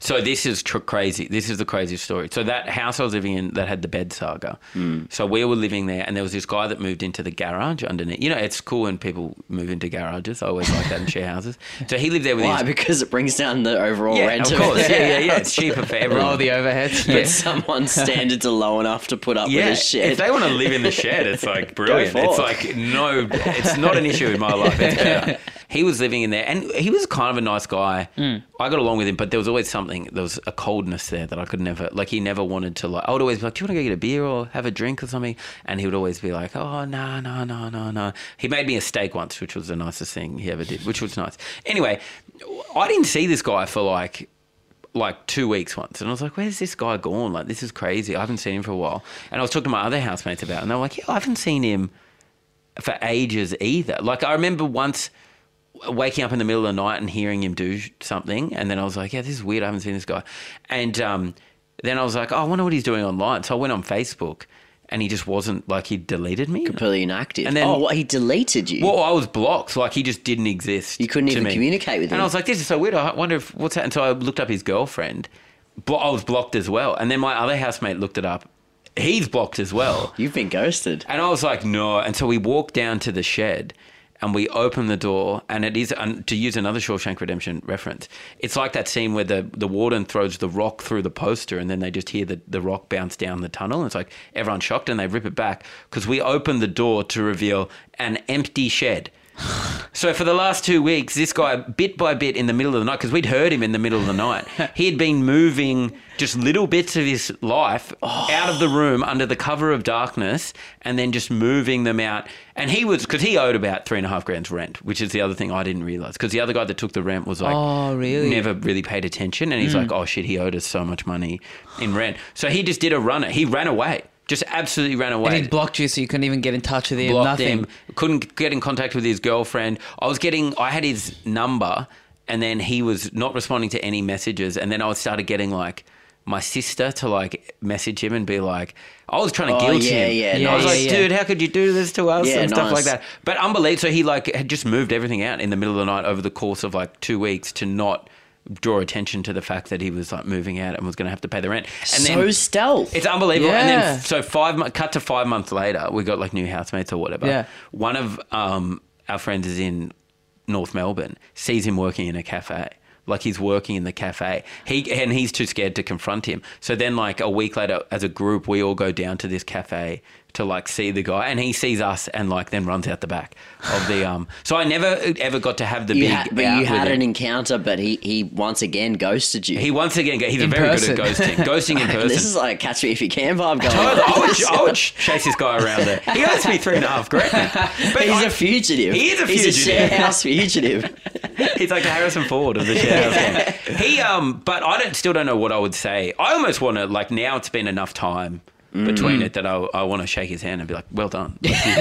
Speaker 3: So this is tr- crazy. This is the craziest story. So that house I was living in that had the bed saga.
Speaker 1: Mm.
Speaker 3: So we were living there, and there was this guy that moved into the garage underneath. You know, it's cool when people move into garages. I always like that in share houses. So he lived there with
Speaker 1: Why?
Speaker 3: his.
Speaker 1: Because it brings down the overall
Speaker 3: Yeah,
Speaker 1: rent.
Speaker 3: of course.
Speaker 1: It. <laughs>
Speaker 3: Yeah, yeah, yeah. It's cheaper for everyone.
Speaker 2: Oh, the
Speaker 3: <laughs>
Speaker 2: overheads.
Speaker 1: But someone's standards are low enough to put up
Speaker 3: Yeah,
Speaker 1: with a shit.
Speaker 3: if they want to
Speaker 1: <laughs>
Speaker 3: live in the shed, it's like brilliant.
Speaker 1: for
Speaker 3: It's
Speaker 1: it.
Speaker 3: like no, it's not an issue in my life. It's
Speaker 1: <laughs>
Speaker 3: better. He was living in there, and he was kind of a nice guy.
Speaker 1: Mm.
Speaker 3: I got along with him, but there was always something. There was a coldness there that I could never like. He never wanted to like. I would always be like, "Do you want to go get a beer or have a drink or something?" And he would always be like, "Oh no, no, no, no, no." He made me a steak once, which was the nicest thing he ever did, which was nice. Anyway, I didn't see this guy for like like two weeks once, and I was like, "Where's this guy gone? Like, this is crazy. I haven't seen him for a while." And I was talking to my other housemates about, it, and they were like, "Yeah, I haven't seen him for ages either." Like, I remember once waking up in the middle of the night and hearing him do sh- something, and then I was like, "Yeah, this is weird. I haven't seen this guy." And um, then I was like, oh, "I wonder what he's doing online." So I went on Facebook, and he just wasn't like he deleted me.
Speaker 1: completely inactive.
Speaker 3: And then-
Speaker 1: oh, what, he deleted you.
Speaker 3: Well, I was blocked. Like he just didn't exist.
Speaker 1: You couldn't
Speaker 3: to
Speaker 1: even
Speaker 3: me.
Speaker 1: communicate with
Speaker 3: And
Speaker 1: him.
Speaker 3: I was like, this is so weird. I wonder if what's happened. So I looked up his girlfriend. Blo- I was blocked as well. And then my other housemate looked it up. He's blocked
Speaker 1: <laughs>
Speaker 3: as well.
Speaker 1: You've been ghosted.
Speaker 3: And I was like, no. And so we walked down to the shed and we opened the door. And it is, and to use another Shawshank Redemption reference, it's like that scene where the, the warden throws the rock through the poster and then they just hear the, the rock bounce down the tunnel. And it's like everyone's shocked and they rip it back because we opened the door to reveal an empty shed. So for the last two weeks, this guy, bit by bit, in the middle of the night, because we'd heard him in the middle of
Speaker 2: <laughs>
Speaker 3: the night, he had been moving just little bits of his life
Speaker 2: Oh.
Speaker 3: out of the room under the cover of darkness, and then just moving them out. And he was because he owed about three and a half grand's rent, which is the other thing I didn't realize. Because the other guy that took the rent was like,
Speaker 2: Oh, really? Hmm.
Speaker 3: Never really paid attention, and he's like, oh shit, he owed us so much money in rent. So he just did a runner. He ran away. Just absolutely ran away
Speaker 2: And he blocked you, so you couldn't even get in touch with him.
Speaker 3: blocked
Speaker 2: nothing.
Speaker 3: him. Couldn't get in contact with his girlfriend. I was getting, I had his number, and then he was not responding to any messages. And then I started getting like my sister to like message him and be like, I was trying to
Speaker 1: Oh,
Speaker 3: guilt
Speaker 1: yeah,
Speaker 3: him.
Speaker 1: yeah,
Speaker 3: I was
Speaker 2: nice.
Speaker 3: like,
Speaker 2: Yeah, yeah.
Speaker 3: dude, how could you do this to us
Speaker 1: Yeah,
Speaker 3: and stuff
Speaker 1: nice.
Speaker 3: like that. But unbelievable. So he like had just moved everything out in the middle of the night over the course of like two weeks to not draw attention to the fact that he was like moving out and was going to have to pay the rent. And
Speaker 1: so stealth.
Speaker 3: it's unbelievable. And
Speaker 2: Yeah.
Speaker 3: then so five mo- cut to five months later, we got like new housemates or whatever.
Speaker 2: Yeah.
Speaker 3: One of um, our friends is in North Melbourne, sees him working in a cafe. Like he's working in the cafe. He and he's too scared to confront him. So then like a week later as a group we all go down to this cafe to like see the guy and he sees us and like then runs out the back of the um so I never ever got to have the
Speaker 1: you
Speaker 3: big
Speaker 1: ha- but
Speaker 3: out
Speaker 1: you
Speaker 3: with
Speaker 1: had
Speaker 3: him.
Speaker 1: an encounter, but he, he once again ghosted you.
Speaker 3: he once again he's very good
Speaker 2: person.
Speaker 3: at ghosting. Ghosting in
Speaker 1: <laughs>
Speaker 3: person.
Speaker 1: this is like catch me if you can vibe going.
Speaker 3: I
Speaker 1: on. <laughs>
Speaker 3: would, I would, I would chase this guy around there. He owes me three and a half grand. <laughs> But
Speaker 1: He's
Speaker 3: I-
Speaker 1: a fugitive.
Speaker 3: He is a
Speaker 1: He's a share
Speaker 3: fugitive.
Speaker 1: house
Speaker 3: <laughs>
Speaker 1: fugitive.
Speaker 3: he's like the Harrison Ford of the share house. <laughs> He, um, but I don't, still don't know what I would say. I almost want to like now. It's been enough time between it that I, I want to shake his hand and be like, "Well <laughs> done, Like, you,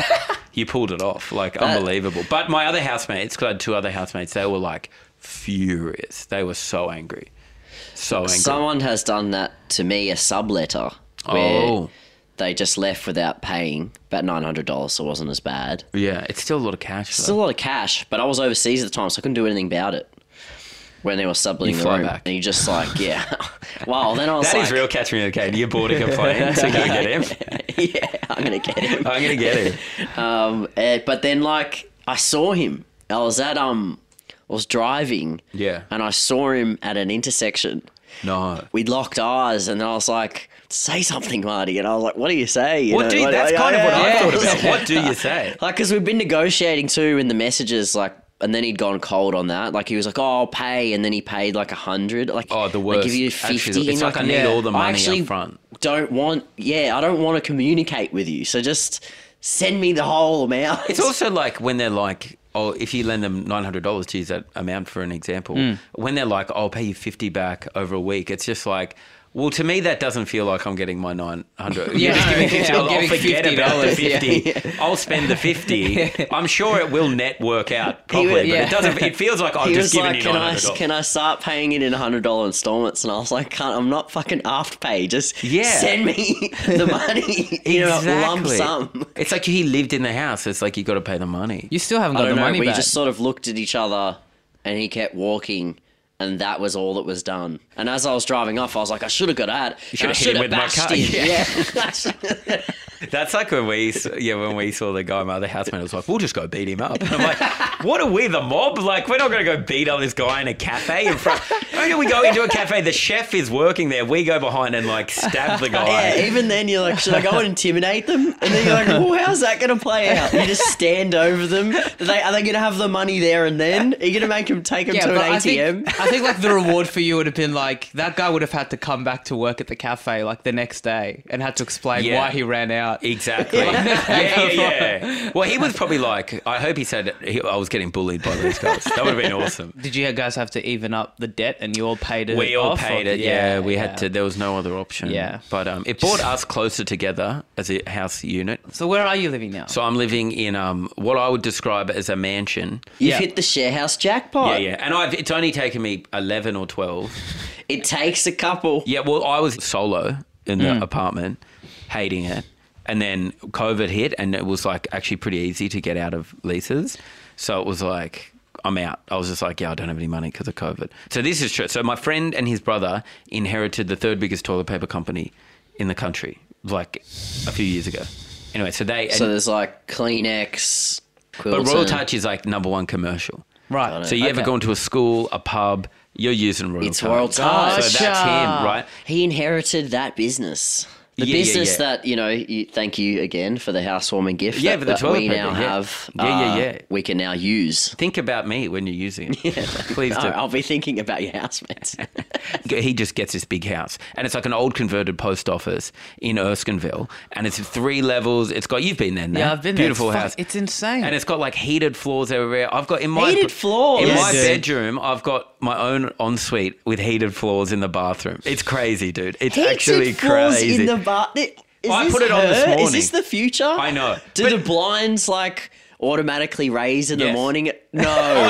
Speaker 3: you pulled it off, like unbelievable." But my other housemates, because I had two other housemates, they were like furious. They were so angry, so angry.
Speaker 1: Someone has done that to me, a subletter, where
Speaker 3: Oh.
Speaker 1: they just left without paying about $900, so it wasn't as bad.
Speaker 3: yeah, it's still a lot of cash.
Speaker 1: It's
Speaker 3: though.
Speaker 1: a lot of cash, but I was overseas at the time, so I couldn't do anything about it. When they were subletting the
Speaker 3: fly
Speaker 1: room,
Speaker 3: back.
Speaker 1: and you just
Speaker 3: <laughs>
Speaker 1: like, yeah, wow. Then I was
Speaker 3: That
Speaker 1: like,
Speaker 3: is real catch me okay. You're <laughs> boarding a plane, so you can get him.
Speaker 1: <laughs>
Speaker 3: <laughs>
Speaker 1: yeah, I'm gonna get him.
Speaker 3: I'm gonna get him.
Speaker 1: Um, eh, but then like I saw him. I was at um, I was driving.
Speaker 3: Yeah.
Speaker 1: And I saw him at an intersection.
Speaker 3: No.
Speaker 1: We locked eyes, and I was like, "Say something, Marty." And I was like, "What do you say?" You
Speaker 3: What
Speaker 1: know,
Speaker 3: do you,
Speaker 1: like-
Speaker 3: that's
Speaker 1: like,
Speaker 3: kind of
Speaker 1: <laughs>
Speaker 3: what
Speaker 1: yeah.
Speaker 3: I thought about. What do you say?
Speaker 1: Like, because we've been negotiating too in the messages, like, and then he'd gone cold on that. Like, he was like, "Oh, I'll pay," and then he paid like a hundred. Like,
Speaker 3: <laughs> Oh, the
Speaker 1: They
Speaker 3: worst.
Speaker 1: give you
Speaker 3: Actually,
Speaker 1: fifty. and,
Speaker 3: it's like, I need all the money up
Speaker 1: actually
Speaker 3: front.
Speaker 1: Don't want. Yeah, I don't want to communicate with you. So just send me the whole amount. <laughs>
Speaker 3: It's also like when they're like, oh, if you lend them nine hundred dollars Hmm. to use that amount for an example, when they're like, I'll pay you fifty back over a week. It's just like. Well, to me, that doesn't feel like I'm getting my <laughs> 900.
Speaker 2: Yeah,
Speaker 3: You're just giving
Speaker 2: yeah,
Speaker 3: 50,
Speaker 2: I'm
Speaker 3: I'll, I'll
Speaker 2: giving
Speaker 3: forget about the
Speaker 2: $50,
Speaker 3: 50. <laughs> I'll spend the <laughs> 50. I'm sure it will net work out
Speaker 1: would-
Speaker 3: properly, but
Speaker 2: yeah.
Speaker 3: it doesn't. It feels <laughs> like I'm
Speaker 1: He was
Speaker 3: just giving
Speaker 1: like,
Speaker 3: you
Speaker 1: can I,
Speaker 3: 900.
Speaker 1: can I start paying it in $100 installments? And I was like, can't, I'm not fucking aft pay. Just
Speaker 3: Yeah.
Speaker 1: send me <laughs> the money in a lump
Speaker 3: Exactly.
Speaker 1: sum.
Speaker 3: It's like he lived in the house. It's like you got to pay the money.
Speaker 2: You still haven't
Speaker 1: I
Speaker 2: got the
Speaker 1: don't know.
Speaker 2: money
Speaker 1: We
Speaker 2: back.
Speaker 1: just sort of looked at each other, and he kept walking, and that was all that was done. And as I was driving off, I was like, I should have got out. and I
Speaker 3: should have hit him with my
Speaker 1: bashed him.
Speaker 3: <laughs>
Speaker 1: Yeah.
Speaker 3: That's like when we, s- yeah, when we saw the guy, my other housemate was like, "We'll just go beat him up." And I'm like, "What are we, the mob? Like, we're not going to go beat up this guy in a cafe in front. Only we go into a cafe, the chef is working there. We go behind and like stab the guy.
Speaker 1: yeah. <laughs> Even then, you're like, should I go and intimidate them? And then you're like, well, how's that going to play out? You just stand over them. Are they, are they going to have the money there and then? Are you going to make them take them
Speaker 2: yeah,
Speaker 1: to an
Speaker 2: but I
Speaker 1: ATM?
Speaker 2: think, I think like the
Speaker 3: <laughs>
Speaker 2: reward for you would have been like that guy would have had to come back to work at the cafe like the next day and had to explain
Speaker 3: Yeah.
Speaker 2: why he ran out.
Speaker 3: Exactly. yeah, yeah,
Speaker 1: <laughs>
Speaker 3: yeah. Well, he was probably like, I hope he said he, I was getting bullied by these guys. That would have been awesome.
Speaker 2: Did you guys have to even up the debt and you all paid it?
Speaker 3: We all
Speaker 2: off, or-
Speaker 3: paid it. Yeah, we
Speaker 2: yeah.
Speaker 3: had to. There was no other option.
Speaker 2: Yeah.
Speaker 3: But um, it brought us closer together as a house unit.
Speaker 2: So where are you living now?
Speaker 3: So I'm living in um, what I would describe as a mansion.
Speaker 1: You've
Speaker 2: Yeah.
Speaker 1: hit the sharehouse jackpot.
Speaker 3: Yeah, yeah. And I've, it's only taken me 11 or 12.
Speaker 1: It takes a couple.
Speaker 3: Yeah, well, I was solo in the
Speaker 1: Mm.
Speaker 3: apartment, hating it. And then COVID hit, and it was like actually pretty easy to get out of leases. So it was like, I'm out. I was just like, yeah, I don't have any money because of COVID. So this is true. So my friend and his brother inherited the third biggest toilet paper company in the country, like a few years ago. Anyway, so they.
Speaker 1: So there's like Kleenex,
Speaker 3: but
Speaker 1: Quilton.
Speaker 3: Royal Touch is like number one commercial.
Speaker 2: right.
Speaker 3: So you ever gone to a school, a pub, you're using Royal
Speaker 1: It's
Speaker 3: Touch.
Speaker 1: Royal Touch.
Speaker 3: So that's him, right?
Speaker 1: He inherited that business. The
Speaker 3: Yeah, yeah,
Speaker 1: business
Speaker 3: yeah.
Speaker 1: that, you know, you, thank you again for the housewarming gift
Speaker 3: Yeah,
Speaker 1: that,
Speaker 3: for the
Speaker 1: that
Speaker 3: toilet
Speaker 1: we
Speaker 3: paper,
Speaker 1: now
Speaker 3: yeah.
Speaker 1: have.
Speaker 3: Yeah, yeah,
Speaker 1: uh,
Speaker 3: yeah.
Speaker 1: We can now use.
Speaker 3: Think about me when you're using
Speaker 2: <laughs>
Speaker 3: it. Please
Speaker 1: No,
Speaker 3: do.
Speaker 1: I'll be thinking about your housemates.
Speaker 3: <laughs> He just gets this big house, and it's like an old converted post office in Erskineville, and it's three levels. It's got you've been there, Nat.
Speaker 2: Yeah, I've been there.
Speaker 3: beautiful
Speaker 2: It's fuck-
Speaker 3: house.
Speaker 2: it's insane.
Speaker 3: and it's got like heated floors everywhere. I've got in my
Speaker 1: Heated floors?
Speaker 3: in my
Speaker 2: Yes, dude.
Speaker 3: bedroom. I've got my own ensuite with heated floors in the bathroom. It's crazy, dude. It's actually
Speaker 1: Heated floors
Speaker 3: crazy.
Speaker 1: in the bar. Is
Speaker 3: I
Speaker 1: this
Speaker 3: put it on this
Speaker 1: her? Is
Speaker 3: morning.
Speaker 1: this the future?
Speaker 3: I know.
Speaker 1: Do
Speaker 3: But-
Speaker 1: the blinds like automatically raise in the
Speaker 3: Yes. <laughs>
Speaker 1: morning?
Speaker 3: Oh,
Speaker 1: No,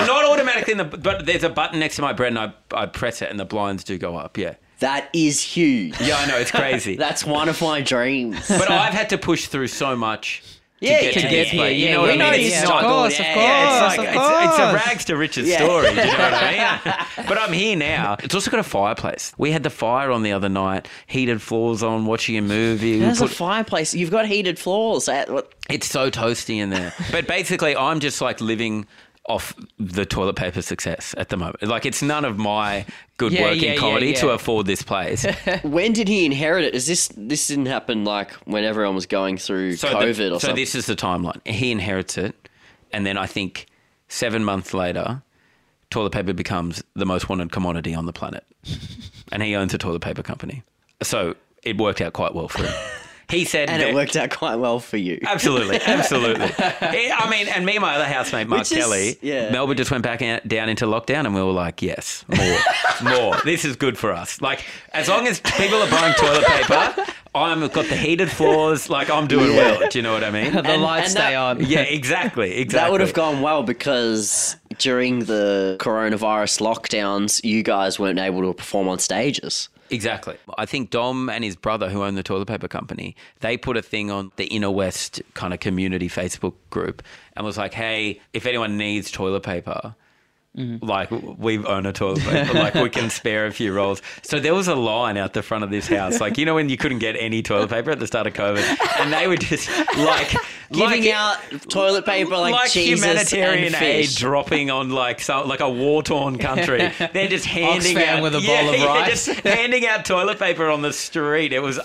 Speaker 3: not automatically in the but there's a button next to my bread and I, I press it and the blinds do go up. Yeah.
Speaker 1: that is huge.
Speaker 3: Yeah, I know,
Speaker 2: <laughs>
Speaker 3: it's crazy.
Speaker 1: That's one of my dreams.
Speaker 3: <laughs> but I've had to push through so much
Speaker 1: Yeah,
Speaker 3: to get
Speaker 1: yeah,
Speaker 3: to
Speaker 1: yeah,
Speaker 3: this place.
Speaker 2: yeah,
Speaker 3: you know what
Speaker 2: yeah,
Speaker 3: I mean?
Speaker 2: yeah,
Speaker 3: it's
Speaker 2: yeah,
Speaker 3: not
Speaker 2: of course,
Speaker 1: of
Speaker 3: yeah, it's,
Speaker 2: course,
Speaker 3: like,
Speaker 2: of
Speaker 3: it's, it's a
Speaker 2: course.
Speaker 3: rags to riches
Speaker 1: Yeah.
Speaker 3: story. Do you know what I <laughs> mean? but I'm here now. It's also got a fireplace. We had the fire on the other night, heated floors on, watching a movie. We
Speaker 1: There's a
Speaker 3: put-
Speaker 1: fireplace. You've got heated floors. That- what-
Speaker 3: it's so toasty in <laughs> there. But basically, I'm just like living off the toilet paper success at the moment. Like, it's none of my good
Speaker 2: Yeah,
Speaker 3: work
Speaker 2: yeah,
Speaker 3: in
Speaker 2: yeah,
Speaker 3: comedy to
Speaker 2: yeah.
Speaker 3: afford this <laughs> place.
Speaker 1: When did he inherit it? Is this this didn't happen like when everyone was going through COVID
Speaker 3: the-
Speaker 1: or
Speaker 3: so
Speaker 1: something?
Speaker 3: this is the timeline. He inherits it, and then I think seven months later, toilet paper becomes the most wanted commodity on the
Speaker 1: <laughs>
Speaker 3: planet, and he owns a toilet paper company. So it worked out quite well for him. He said,
Speaker 1: and
Speaker 3: that-
Speaker 1: it worked out quite well for you. <laughs>
Speaker 3: Absolutely, absolutely. He- I mean, and me and my other housemate Mark
Speaker 1: Which is-
Speaker 3: Kelly,
Speaker 1: yeah.
Speaker 3: Melbourne just went back out, down into lockdown, and we were like, yes, more, <laughs> more. This is good for us. Like, as long as people are buying toilet paper, I'm got the heated floors. Like, I'm doing well. Do you know what
Speaker 1: <laughs>
Speaker 3: I mean?
Speaker 2: the
Speaker 1: and-
Speaker 2: lights
Speaker 1: and
Speaker 2: stay
Speaker 1: that-
Speaker 2: on.
Speaker 3: Yeah, exactly, exactly.
Speaker 1: That would have gone well because during the coronavirus lockdowns, you guys weren't able to perform on stages.
Speaker 3: Exactly. I think Dom and his brother, who own the toilet paper company, they put a thing on the Inner West kind of community Facebook group and was like, hey, if anyone needs toilet paper, like we own a toilet paper, like we can spare a few rolls. So there was a line out the front of this house, like you know when you couldn't get any toilet paper at the start of COVID, and they were just like
Speaker 1: Giving
Speaker 3: like-
Speaker 1: out toilet paper like, cheeses and
Speaker 3: humanitarian aid
Speaker 1: fish.
Speaker 3: dropping on like so, like a war torn country. They're just handing
Speaker 2: Oxfam
Speaker 3: out
Speaker 2: with a bowl
Speaker 3: yeah,
Speaker 2: of
Speaker 3: yeah,
Speaker 2: rice.
Speaker 3: just handing out toilet paper on the street. It was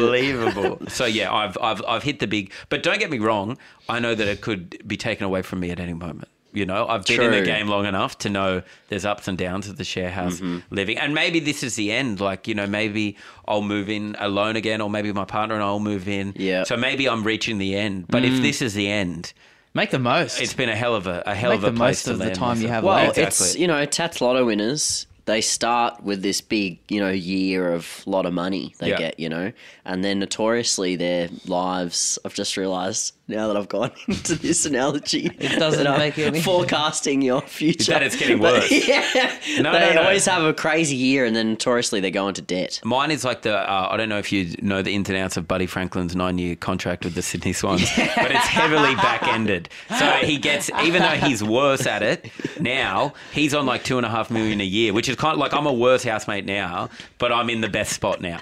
Speaker 3: unbelievable. so yeah, I've, I've I've hit the big. But don't get me wrong. I know that it could be taken away from me at any moment. You know, I've been in the
Speaker 1: True.
Speaker 3: game long enough to know there's ups and downs of the share house living. And maybe this is the end. Like, you know, maybe I'll move in alone again, or maybe my partner and I'll move in.
Speaker 1: Yeah.
Speaker 3: So maybe I'm reaching the end. But if this is the end,
Speaker 2: Make the most.
Speaker 3: it's been a hell of a, a hell
Speaker 2: Make
Speaker 3: of a
Speaker 2: the most
Speaker 3: place to
Speaker 2: of the
Speaker 3: land
Speaker 2: time you
Speaker 3: myself.
Speaker 2: have
Speaker 1: Well,
Speaker 2: left.
Speaker 3: exactly.
Speaker 1: it's you know Tats Lotto winners. they start with this big, you know, year of lot of money they
Speaker 3: Yeah.
Speaker 1: get, you know, and then notoriously their lives. I've just realised now that I've gone <laughs> into this analogy, it
Speaker 2: doesn't make any-
Speaker 1: forecasting your future.
Speaker 3: That it's
Speaker 1: <laughs>
Speaker 3: getting
Speaker 1: But-
Speaker 3: worse.
Speaker 1: yeah,
Speaker 3: No,
Speaker 1: they
Speaker 3: no, no.
Speaker 1: always have a crazy year, and then notoriously they go into
Speaker 3: <laughs>
Speaker 1: debt.
Speaker 3: Mine is like the uh, I don't know if you know the ins and outs of Buddy Franklin's nine year contract with the Sydney Swans,
Speaker 2: <laughs>
Speaker 3: but it's heavily back ended. So he gets even though he's worse at it now, he's on like two and a half million a year, which is kind of like I'm a worse housemate now, but I'm in the best spot now.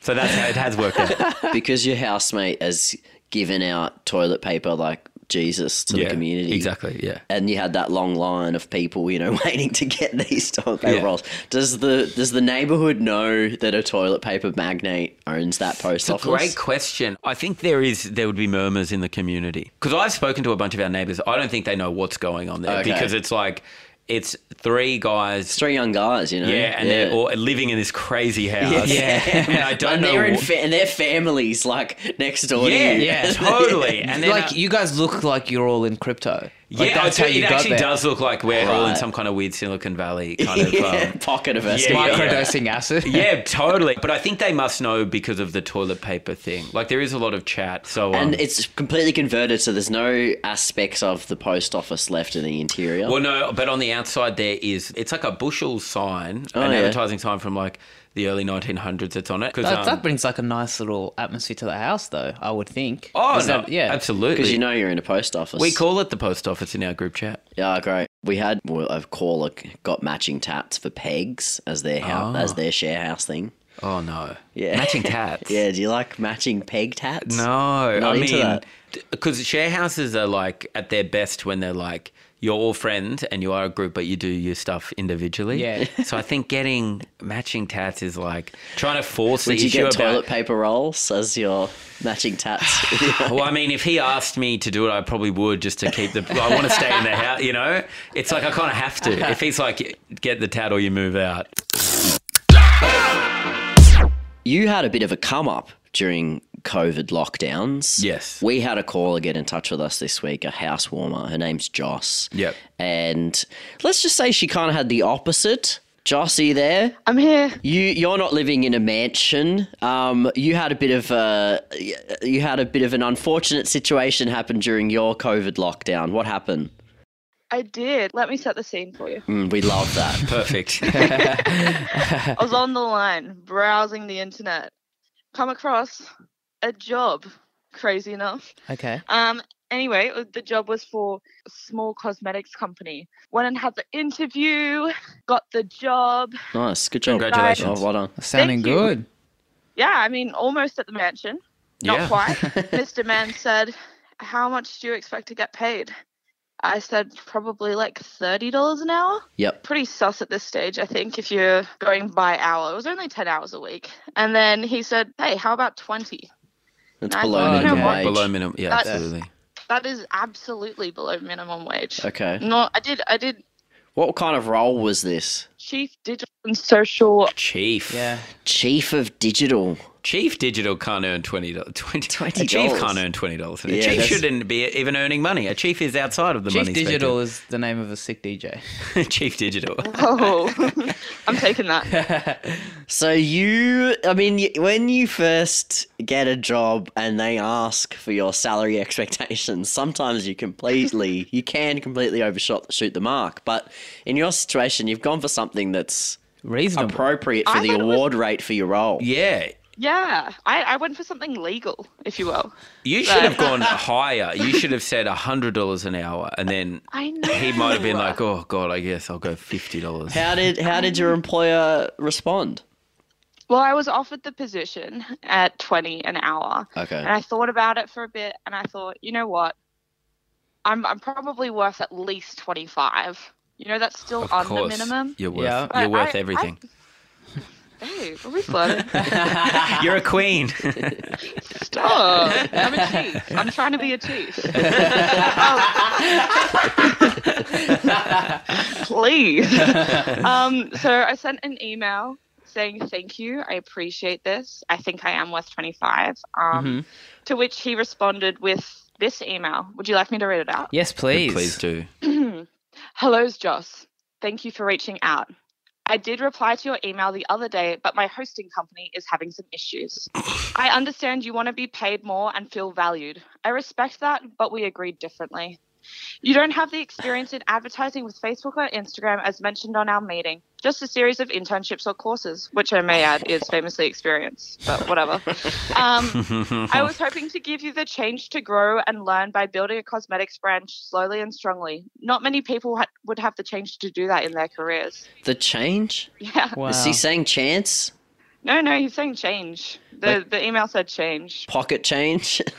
Speaker 3: So that's how it has
Speaker 2: <laughs>
Speaker 3: worked out.
Speaker 1: because your housemate has given out toilet paper like Jesus to the community.
Speaker 3: Exactly. Yeah.
Speaker 1: And you had that long line of people, you know, <laughs> waiting to get these toilet paper
Speaker 3: Yeah.
Speaker 1: rolls. Does the does the neighborhood know that a toilet paper magnate owns that post
Speaker 3: It's a
Speaker 1: office?
Speaker 3: great question. I think there is there would be murmurs in the community because I've spoken to a bunch of our neighbours. I don't think they know what's going on there
Speaker 1: Okay.
Speaker 3: because it's like it's three guys.
Speaker 1: It's three young guys, you know.
Speaker 3: Yeah, and they're all living in this crazy house.
Speaker 2: Yeah.
Speaker 3: <laughs> and I don't
Speaker 1: and
Speaker 3: know.
Speaker 1: they're in
Speaker 3: what-
Speaker 1: fa- and their families like next door
Speaker 3: yeah,
Speaker 1: to you. <laughs>
Speaker 3: yeah, totally. And then,
Speaker 2: like
Speaker 3: uh,
Speaker 2: you guys look like you're all in crypto. Like,
Speaker 3: yeah,
Speaker 2: that's
Speaker 3: I
Speaker 2: how
Speaker 3: do-
Speaker 2: you
Speaker 3: it
Speaker 2: got
Speaker 3: actually
Speaker 2: there.
Speaker 3: does look like we're all in
Speaker 1: Right.
Speaker 3: some kind of weird Silicon Valley kind of.
Speaker 1: Yeah,
Speaker 3: Um,
Speaker 1: pocket of us.
Speaker 3: Yeah, yeah.
Speaker 2: Microdosing acid.
Speaker 3: yeah, totally. But I think they must know because of the toilet paper thing. Like there is a lot of chat. So um,
Speaker 1: And it's completely converted, so there's no aspects of the post office left in the interior.
Speaker 3: Well, no, but on the outside there is it's like a bushel sign,
Speaker 1: Oh,
Speaker 3: an
Speaker 1: yeah.
Speaker 3: advertising sign from like the early 1900s. That's on it um, because
Speaker 2: <laughs> That, that brings like a nice little atmosphere to the house, though. I would think.
Speaker 3: oh
Speaker 2: Is
Speaker 3: no,
Speaker 2: that- yeah,
Speaker 1: Because
Speaker 3: absolutely.
Speaker 1: you know you're in a post office.
Speaker 3: we call it the post office in our group chat.
Speaker 1: Yeah, great. We had well, a caller got matching tats for pegs as their
Speaker 3: Ah.
Speaker 1: house, as their share house thing.
Speaker 3: Oh no,
Speaker 1: Yeah. <laughs>
Speaker 3: matching tats.
Speaker 1: Yeah, do you like matching peg tats?
Speaker 3: No,
Speaker 1: Not
Speaker 3: I
Speaker 1: into
Speaker 3: mean,
Speaker 1: that.
Speaker 3: because share houses are like at their best when they're like you're all friends and you are a group, but you do your stuff individually.
Speaker 2: Yeah.
Speaker 3: so I think getting matching tats is like trying to force
Speaker 1: Did
Speaker 3: the
Speaker 1: you
Speaker 3: issue
Speaker 1: get
Speaker 3: about
Speaker 1: toilet paper rolls as your matching
Speaker 3: <sighs>
Speaker 1: tats? <laughs>
Speaker 3: Well, I mean, if he asked me to do it, I probably would just to keep the. I want to stay in the house, you know? It's like I kind of have to. If he's like, get the tat or you move out.
Speaker 1: you had a bit of a come up during COVID lockdowns.
Speaker 3: Yes.
Speaker 1: We had a caller get in touch with us this week, a house warmer. Her name's Joss.
Speaker 3: Yep.
Speaker 1: And let's just say she kind of had the opposite. Joss, are you there?
Speaker 4: I'm here.
Speaker 1: You you're not living in a mansion. Um, you had a bit of a you had a bit of an unfortunate situation happen during your COVID lockdown. What happened?
Speaker 4: I did. Let me set the scene for you.
Speaker 1: Mm, we love
Speaker 3: <laughs>
Speaker 1: that.
Speaker 3: Perfect.
Speaker 4: I was on the line browsing the internet, come across a job. Crazy enough.
Speaker 2: okay.
Speaker 4: Um. Anyway, uh, the job was for a small cosmetics company. Went and had the interview, got the job.
Speaker 1: Nice, good job.
Speaker 3: Congratulations.
Speaker 1: Oh, well done.
Speaker 2: That's sounding
Speaker 4: you.
Speaker 2: good.
Speaker 4: Yeah, I mean, almost at the mansion. Not
Speaker 3: Yeah.
Speaker 4: quite. Mr. Man said, "How much do you expect to get paid?" I said, "Probably like thirty dollars an hour."
Speaker 1: Yep.
Speaker 4: pretty sus at this stage, I think, if you're going by hour. It was only 10 hours a week. And then he said, hey, how about 20?
Speaker 1: That's
Speaker 4: Nice.
Speaker 1: below
Speaker 4: Oh,
Speaker 1: minimum
Speaker 4: yeah.
Speaker 1: wage.
Speaker 3: Below minimum. Yeah,
Speaker 4: That's-
Speaker 3: absolutely.
Speaker 4: That is absolutely below minimum wage.
Speaker 1: Okay.
Speaker 4: No, I did, I did.
Speaker 1: What kind of role was this?
Speaker 4: Chief Digital and Social.
Speaker 3: Chief.
Speaker 2: Yeah.
Speaker 1: Chief of digital.
Speaker 3: Chief Digital can't earn $20. $20. A chief
Speaker 1: $20.
Speaker 3: can't earn $20. A
Speaker 1: Yeah,
Speaker 3: chief
Speaker 1: that's-
Speaker 3: shouldn't be even earning money. A chief is outside of the
Speaker 2: Chief
Speaker 3: money <laughs>
Speaker 2: Digital is the name of a sick DJ.
Speaker 3: spectrum. chief Digital.
Speaker 4: Oh, <laughs> I'm
Speaker 3: <laughs>
Speaker 4: taking that.
Speaker 1: So you, I mean, y- when you first get a job and they ask for your salary <laughs> expectations, sometimes you completely, you can completely overshot shoot the mark. But in your situation, you've gone for something that's
Speaker 2: Reasonable.
Speaker 1: appropriate for
Speaker 4: I
Speaker 1: the
Speaker 4: thought it was-
Speaker 1: award rate for your role.
Speaker 3: Yeah.
Speaker 4: Yeah, I, I went for something legal, if you will.
Speaker 3: You should have gone higher. You should have said $100 an hour and then.
Speaker 4: I know.
Speaker 3: He might have been like, "Oh God, I guess I'll go fifty dollars."
Speaker 1: How did how did your employer respond?
Speaker 4: Well, I was offered the position at 20 an hour. And
Speaker 1: Okay.
Speaker 4: I thought about it for a bit and I thought, you know what? I'm I'm probably worth at least 25. You know, that's still on the minimum.
Speaker 3: You're worth,
Speaker 2: Yeah.
Speaker 4: But
Speaker 3: you're worth
Speaker 4: I-
Speaker 3: everything.
Speaker 4: I- <laughs> hey, are we flirting?
Speaker 3: <laughs> you're a queen.
Speaker 4: Stop. I'm a chief. I'm trying to be a chief. Please. Um, so I sent an email saying thank you. I appreciate this. I think I am worth 25. Um, To which he responded with this email. Would you like me to read it out?
Speaker 2: yes, <laughs> please.
Speaker 3: Please do.
Speaker 4: Hello's Joss. Thank you for reaching out. I did reply to your email the other day, but my hosting company is having some issues. I understand you want to be paid more and feel valued. I respect that, but we agreed differently. You don't have the experience in advertising with Facebook or Instagram as mentioned on our meeting. Just a series of internships or courses, which I may add is famously experience, but whatever. Um, I was hoping to give you the change to grow and learn by building a cosmetics brand slowly and strongly. Not many people ha- would have the change to do that in their careers. <laughs>
Speaker 1: The change?
Speaker 4: Yeah.
Speaker 2: Wow.
Speaker 1: Is he saying chance?
Speaker 4: No, no, he's saying change. The
Speaker 1: Like-
Speaker 4: the email said change.
Speaker 1: Pocket change? <laughs>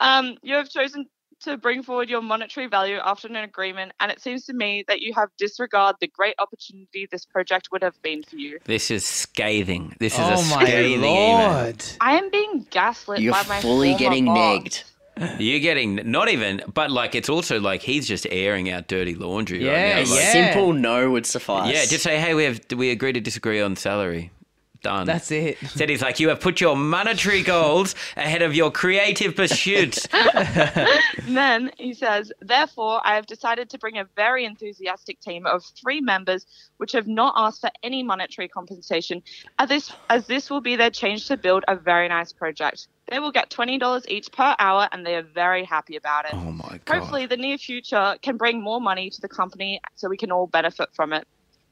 Speaker 4: Um, you have chosen to bring forward your monetary value after an agreement, and it seems to me that you have disregarded the great opportunity this project would have been for you.
Speaker 3: This is scathing. This is
Speaker 2: oh
Speaker 3: a
Speaker 2: my
Speaker 3: scathing email.
Speaker 2: lord!
Speaker 4: I am being gaslit
Speaker 1: You're
Speaker 4: by my
Speaker 1: fully
Speaker 4: former
Speaker 1: getting
Speaker 4: boss.
Speaker 1: negged.
Speaker 3: You're getting not even, but like it's also like he's just airing out dirty laundry
Speaker 1: A
Speaker 3: right now. Like,
Speaker 2: Yeah.
Speaker 1: simple no would suffice.
Speaker 3: yeah, just say hey, we have we agree to disagree on salary. Done.
Speaker 2: That's it.
Speaker 3: Said he's like, you have put your monetary goals ahead of your
Speaker 2: <laughs>
Speaker 3: creative pursuits.
Speaker 4: And then he says, Therefore, I have decided to bring a very enthusiastic team of three members which have not asked for any monetary compensation, as this, as this will be their change to build a very nice project. They will get $20 each per hour, and they are very happy about it.
Speaker 3: oh my god.
Speaker 4: Hopefully, the near future can bring more money to the company so we can all benefit from it.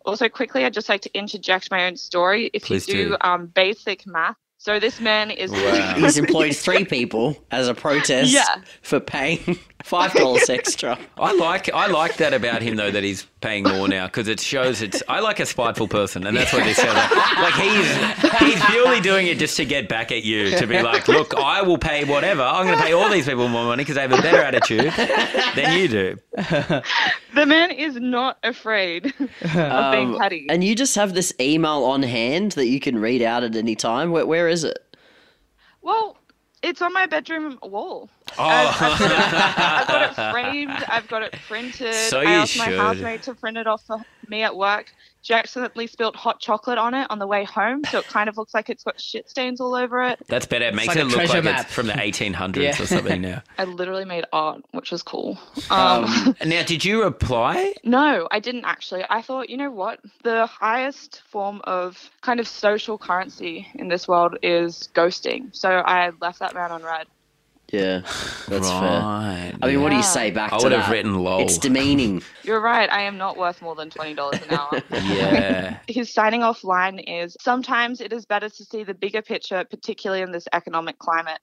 Speaker 4: Also, quickly, I'd just like to interject my own story. If
Speaker 3: Please
Speaker 4: you do,
Speaker 3: do.
Speaker 4: um, basic math, so this man is
Speaker 3: Wow.
Speaker 1: He's employed three people as a protest
Speaker 4: Yeah.
Speaker 1: for paying <laughs> five dollars extra.
Speaker 3: I like I like that about him though that he's paying more now because it shows it's I like a spiteful person and that's what this sounds like. Like he's he's purely doing it just to get back at you to be like, look, I will pay whatever. I'm going to pay all these people more money because they have a better attitude than you do.
Speaker 4: <laughs> the man is not
Speaker 3: <laughs>
Speaker 4: afraid of being petty.
Speaker 1: And you just have this email on hand that you can read out at any time. Where, where is it?
Speaker 4: Well, it's on my bedroom wall.
Speaker 3: Oh.
Speaker 4: I've, I've, got it, I've
Speaker 3: <laughs>
Speaker 4: got it framed. I've got it printed.
Speaker 3: So
Speaker 4: I
Speaker 3: you
Speaker 4: asked my
Speaker 3: should.
Speaker 4: housemate to print it off for me at work. She accidentally spilled hot chocolate on it on the way home, so it kind of looks like it's got shit stains all over it.
Speaker 3: That's better. It makes
Speaker 2: like a
Speaker 3: it look
Speaker 2: treasure
Speaker 3: like
Speaker 2: map.
Speaker 3: it's from the 1800s
Speaker 2: Yeah.
Speaker 3: or
Speaker 1: <laughs>
Speaker 3: something now.
Speaker 4: I literally made art, which was cool. um,
Speaker 3: Now, did you reply?
Speaker 4: No, I didn't actually. I thought, you know what? The highest form of kind of social currency in this world is ghosting. So I left that man on red.
Speaker 1: Yeah, that's fair.
Speaker 3: right.
Speaker 1: I mean, what do you
Speaker 4: Yeah.
Speaker 1: say back
Speaker 3: I
Speaker 1: to
Speaker 3: would have
Speaker 1: that?
Speaker 3: written lol.
Speaker 1: It's demeaning.
Speaker 4: You're right. I am not worth more than $20 an hour.
Speaker 1: <laughs>
Speaker 3: yeah.
Speaker 4: His signing off line is sometimes it is better to see the bigger picture, particularly in this economic climate.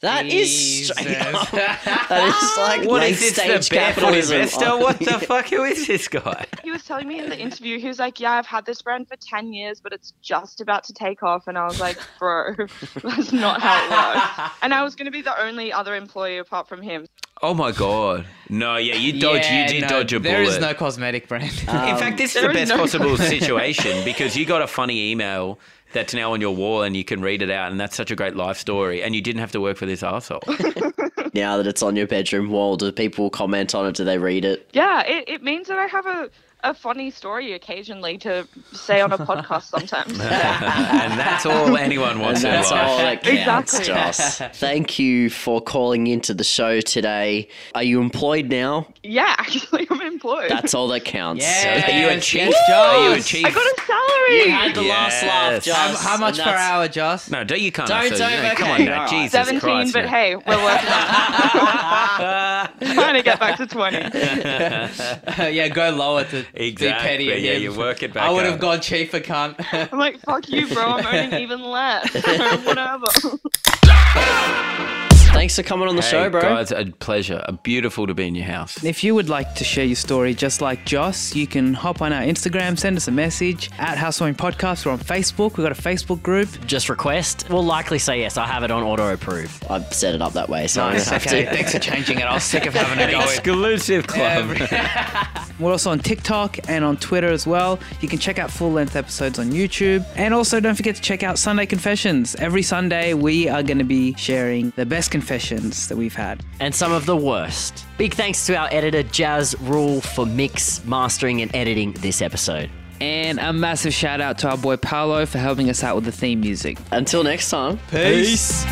Speaker 1: That is straight
Speaker 3: <laughs>
Speaker 1: up. <laughs> That is like
Speaker 3: What
Speaker 1: late
Speaker 3: is this?
Speaker 1: stage
Speaker 3: The barefoot
Speaker 1: capitalism. <laughs>
Speaker 3: investor? What the fuck? Who is this guy?
Speaker 4: He was telling me in the interview, he was like, Yeah, I've had this brand for 10 years, but it's just about to take off. And I was like, Bro, <laughs> that's not how it works. And I was going to be the only other employee apart from him.
Speaker 3: Oh my god! No, yeah, you dodge.
Speaker 2: Yeah,
Speaker 3: you did
Speaker 2: no,
Speaker 3: dodge a
Speaker 2: There
Speaker 3: bullet.
Speaker 2: is no cosmetic brand. <laughs>
Speaker 3: <laughs> In fact, this is
Speaker 4: there
Speaker 3: the
Speaker 4: is
Speaker 3: best
Speaker 4: no-
Speaker 3: possible situation because you got a funny email that's now on your wall and you can read it out, and that's such a great life story. And you didn't have to work for this asshole.
Speaker 1: now that it's on your bedroom wall, do people comment on it? Do they read it?
Speaker 4: Yeah, it, it means that I have a, a funny story occasionally to say on a podcast sometimes.
Speaker 3: and that's all anyone
Speaker 1: And
Speaker 3: wants in
Speaker 1: that's all
Speaker 3: life.
Speaker 1: that counts,
Speaker 4: Exactly.
Speaker 1: Joss.
Speaker 3: <laughs>
Speaker 1: Thank you for calling into the show today. Are you employed now?
Speaker 4: yeah, actually, I'm employed.
Speaker 1: That's all that counts.
Speaker 2: <laughs> Yeah.
Speaker 3: Are you a
Speaker 2: Yes,
Speaker 3: chief?
Speaker 2: yes,
Speaker 3: Are you a
Speaker 2: Joss.
Speaker 3: chief?
Speaker 4: I got a salary.
Speaker 1: You had the last laugh,
Speaker 3: Yes.
Speaker 1: Joss.
Speaker 2: How much
Speaker 1: and
Speaker 2: per
Speaker 1: that's-
Speaker 2: hour, Joss?
Speaker 3: no, don't you can't.
Speaker 1: Don't,
Speaker 3: say-
Speaker 1: don't,
Speaker 3: no, Come
Speaker 1: okay,
Speaker 3: on, now.
Speaker 1: alright.
Speaker 3: Jesus
Speaker 4: 17,
Speaker 3: Christ,
Speaker 4: but
Speaker 3: man.
Speaker 4: hey, we're working on
Speaker 3: <laughs>
Speaker 4: it. Trying to get back to 20.
Speaker 2: <laughs> yeah, go lower to be
Speaker 3: <laughs> Exactly,
Speaker 2: petty. at
Speaker 3: yeah,
Speaker 2: him.
Speaker 3: you work
Speaker 2: <laughs>
Speaker 3: it
Speaker 2: I
Speaker 3: back
Speaker 2: would
Speaker 3: up.
Speaker 2: have gone cheaper, <laughs> cunt.
Speaker 4: I'm like, fuck you, bro. I'm earning even less. <laughs> Whatever.
Speaker 1: Thanks for coming on the show,
Speaker 3: Hey,
Speaker 1: bro.
Speaker 3: Guys, a pleasure. A beautiful to be in your house.
Speaker 2: If you would like to share your story just like Joss, you can hop on our Instagram, send us a message at Housewarming Podcast. We're on Facebook. We've got a Facebook group.
Speaker 5: Just request. We'll likely say yes. I have it on auto approve.
Speaker 1: I set it up that way, so I
Speaker 2: Nice.
Speaker 1: don't have
Speaker 2: Okay.
Speaker 1: to. <laughs>
Speaker 2: Thanks for changing it. I was sick of having a go. at
Speaker 3: Exclusive club.
Speaker 2: every- We're also on TikTok and on Twitter as well. You can check out full length episodes on YouTube. And also, don't forget to check out Sunday Confessions. Every Sunday, we are going to be sharing the best confessions that we've had.
Speaker 5: And some of the worst. Big thanks to our editor, Jazz Rule, for mix, mastering, and editing this episode.
Speaker 2: And a massive shout out to our boy Paolo for helping us out with the theme music.
Speaker 1: Until next time.
Speaker 2: Peace.